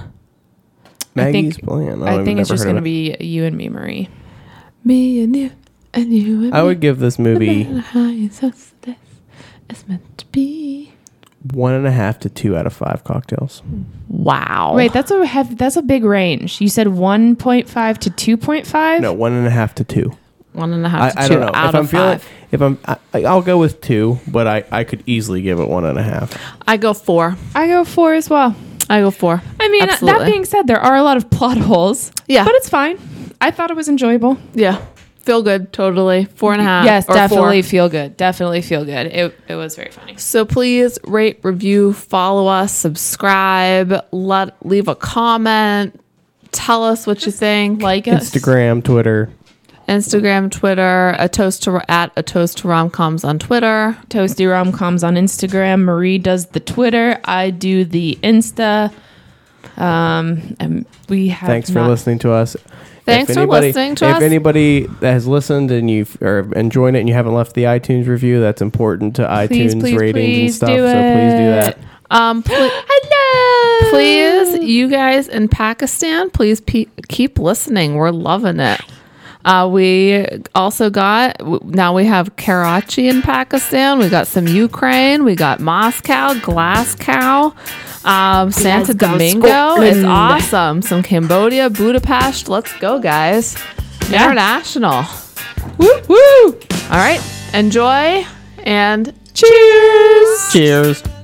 [SPEAKER 2] I think-
[SPEAKER 3] Maggie's plan.
[SPEAKER 2] I, think it's just
[SPEAKER 3] going
[SPEAKER 2] gonna
[SPEAKER 3] to
[SPEAKER 2] be you and me, Marie.
[SPEAKER 1] Me and you, and you and
[SPEAKER 3] I
[SPEAKER 1] me.
[SPEAKER 3] would give this
[SPEAKER 1] no
[SPEAKER 3] movie
[SPEAKER 1] matter how you slice this, it's meant to be.
[SPEAKER 3] one and a half to two out of five cocktails.
[SPEAKER 1] Wow.
[SPEAKER 2] Wait, that's a hev- that's a big range. You said 1.5 to 2.5?
[SPEAKER 3] No, one and a half to two.
[SPEAKER 1] One and a
[SPEAKER 3] I,
[SPEAKER 1] half to
[SPEAKER 3] I
[SPEAKER 1] two
[SPEAKER 3] don't know
[SPEAKER 1] out
[SPEAKER 3] if
[SPEAKER 1] of
[SPEAKER 3] I'm feeling.
[SPEAKER 1] five.
[SPEAKER 3] If I'm, I, I'll go with two, but I, I could easily give it one and a half.
[SPEAKER 1] I go four.
[SPEAKER 2] I go 4 as well.
[SPEAKER 1] I go four.
[SPEAKER 2] I mean,
[SPEAKER 1] Absolutely.
[SPEAKER 2] that being said, there are a lot of plot holes.
[SPEAKER 1] Yeah.
[SPEAKER 2] But it's fine. I thought it was enjoyable.
[SPEAKER 1] yeah, feel good. Totally four and a half.
[SPEAKER 2] yes,
[SPEAKER 1] or
[SPEAKER 2] definitely
[SPEAKER 1] four.
[SPEAKER 2] feel good. Definitely feel good. It, it was very funny.
[SPEAKER 1] So please rate, review, follow us, subscribe, let leave a comment, tell us what you think.
[SPEAKER 2] Like us.
[SPEAKER 3] Instagram, Twitter.
[SPEAKER 1] Instagram, Twitter, a toast to at a toast to romcoms on Twitter.
[SPEAKER 2] Toasty Rom Coms on Instagram. Marie does the Twitter. I do the Insta. Um, and we have
[SPEAKER 3] Thanks for
[SPEAKER 2] not-
[SPEAKER 3] listening to us.
[SPEAKER 1] Thanks for listening to
[SPEAKER 3] if
[SPEAKER 1] us.
[SPEAKER 3] anybody that has listened and you are enjoying it and you haven't left the iTunes review, that's important to
[SPEAKER 2] Please,
[SPEAKER 3] iTunes
[SPEAKER 2] please,
[SPEAKER 3] ratings and
[SPEAKER 2] please
[SPEAKER 3] stuff. So
[SPEAKER 2] do
[SPEAKER 3] please do that.
[SPEAKER 2] it.
[SPEAKER 1] Um, pl-
[SPEAKER 2] Hello.
[SPEAKER 1] please, you guys in Pakistan, please pe- keep listening. We're loving it. Uh, we also got w- now we have Karachi in Pakistan. We got some Ukraine. We got Moscow, Glasgow, um, Santa
[SPEAKER 2] Glasgow,
[SPEAKER 1] Domingo. It's
[SPEAKER 2] Scotland.
[SPEAKER 1] awesome. Some Cambodia, Budapest. Let's go, guys!
[SPEAKER 2] Yeah.
[SPEAKER 1] International.
[SPEAKER 2] Woo woo.
[SPEAKER 1] All right, enjoy and
[SPEAKER 2] Cheers.
[SPEAKER 3] Cheers.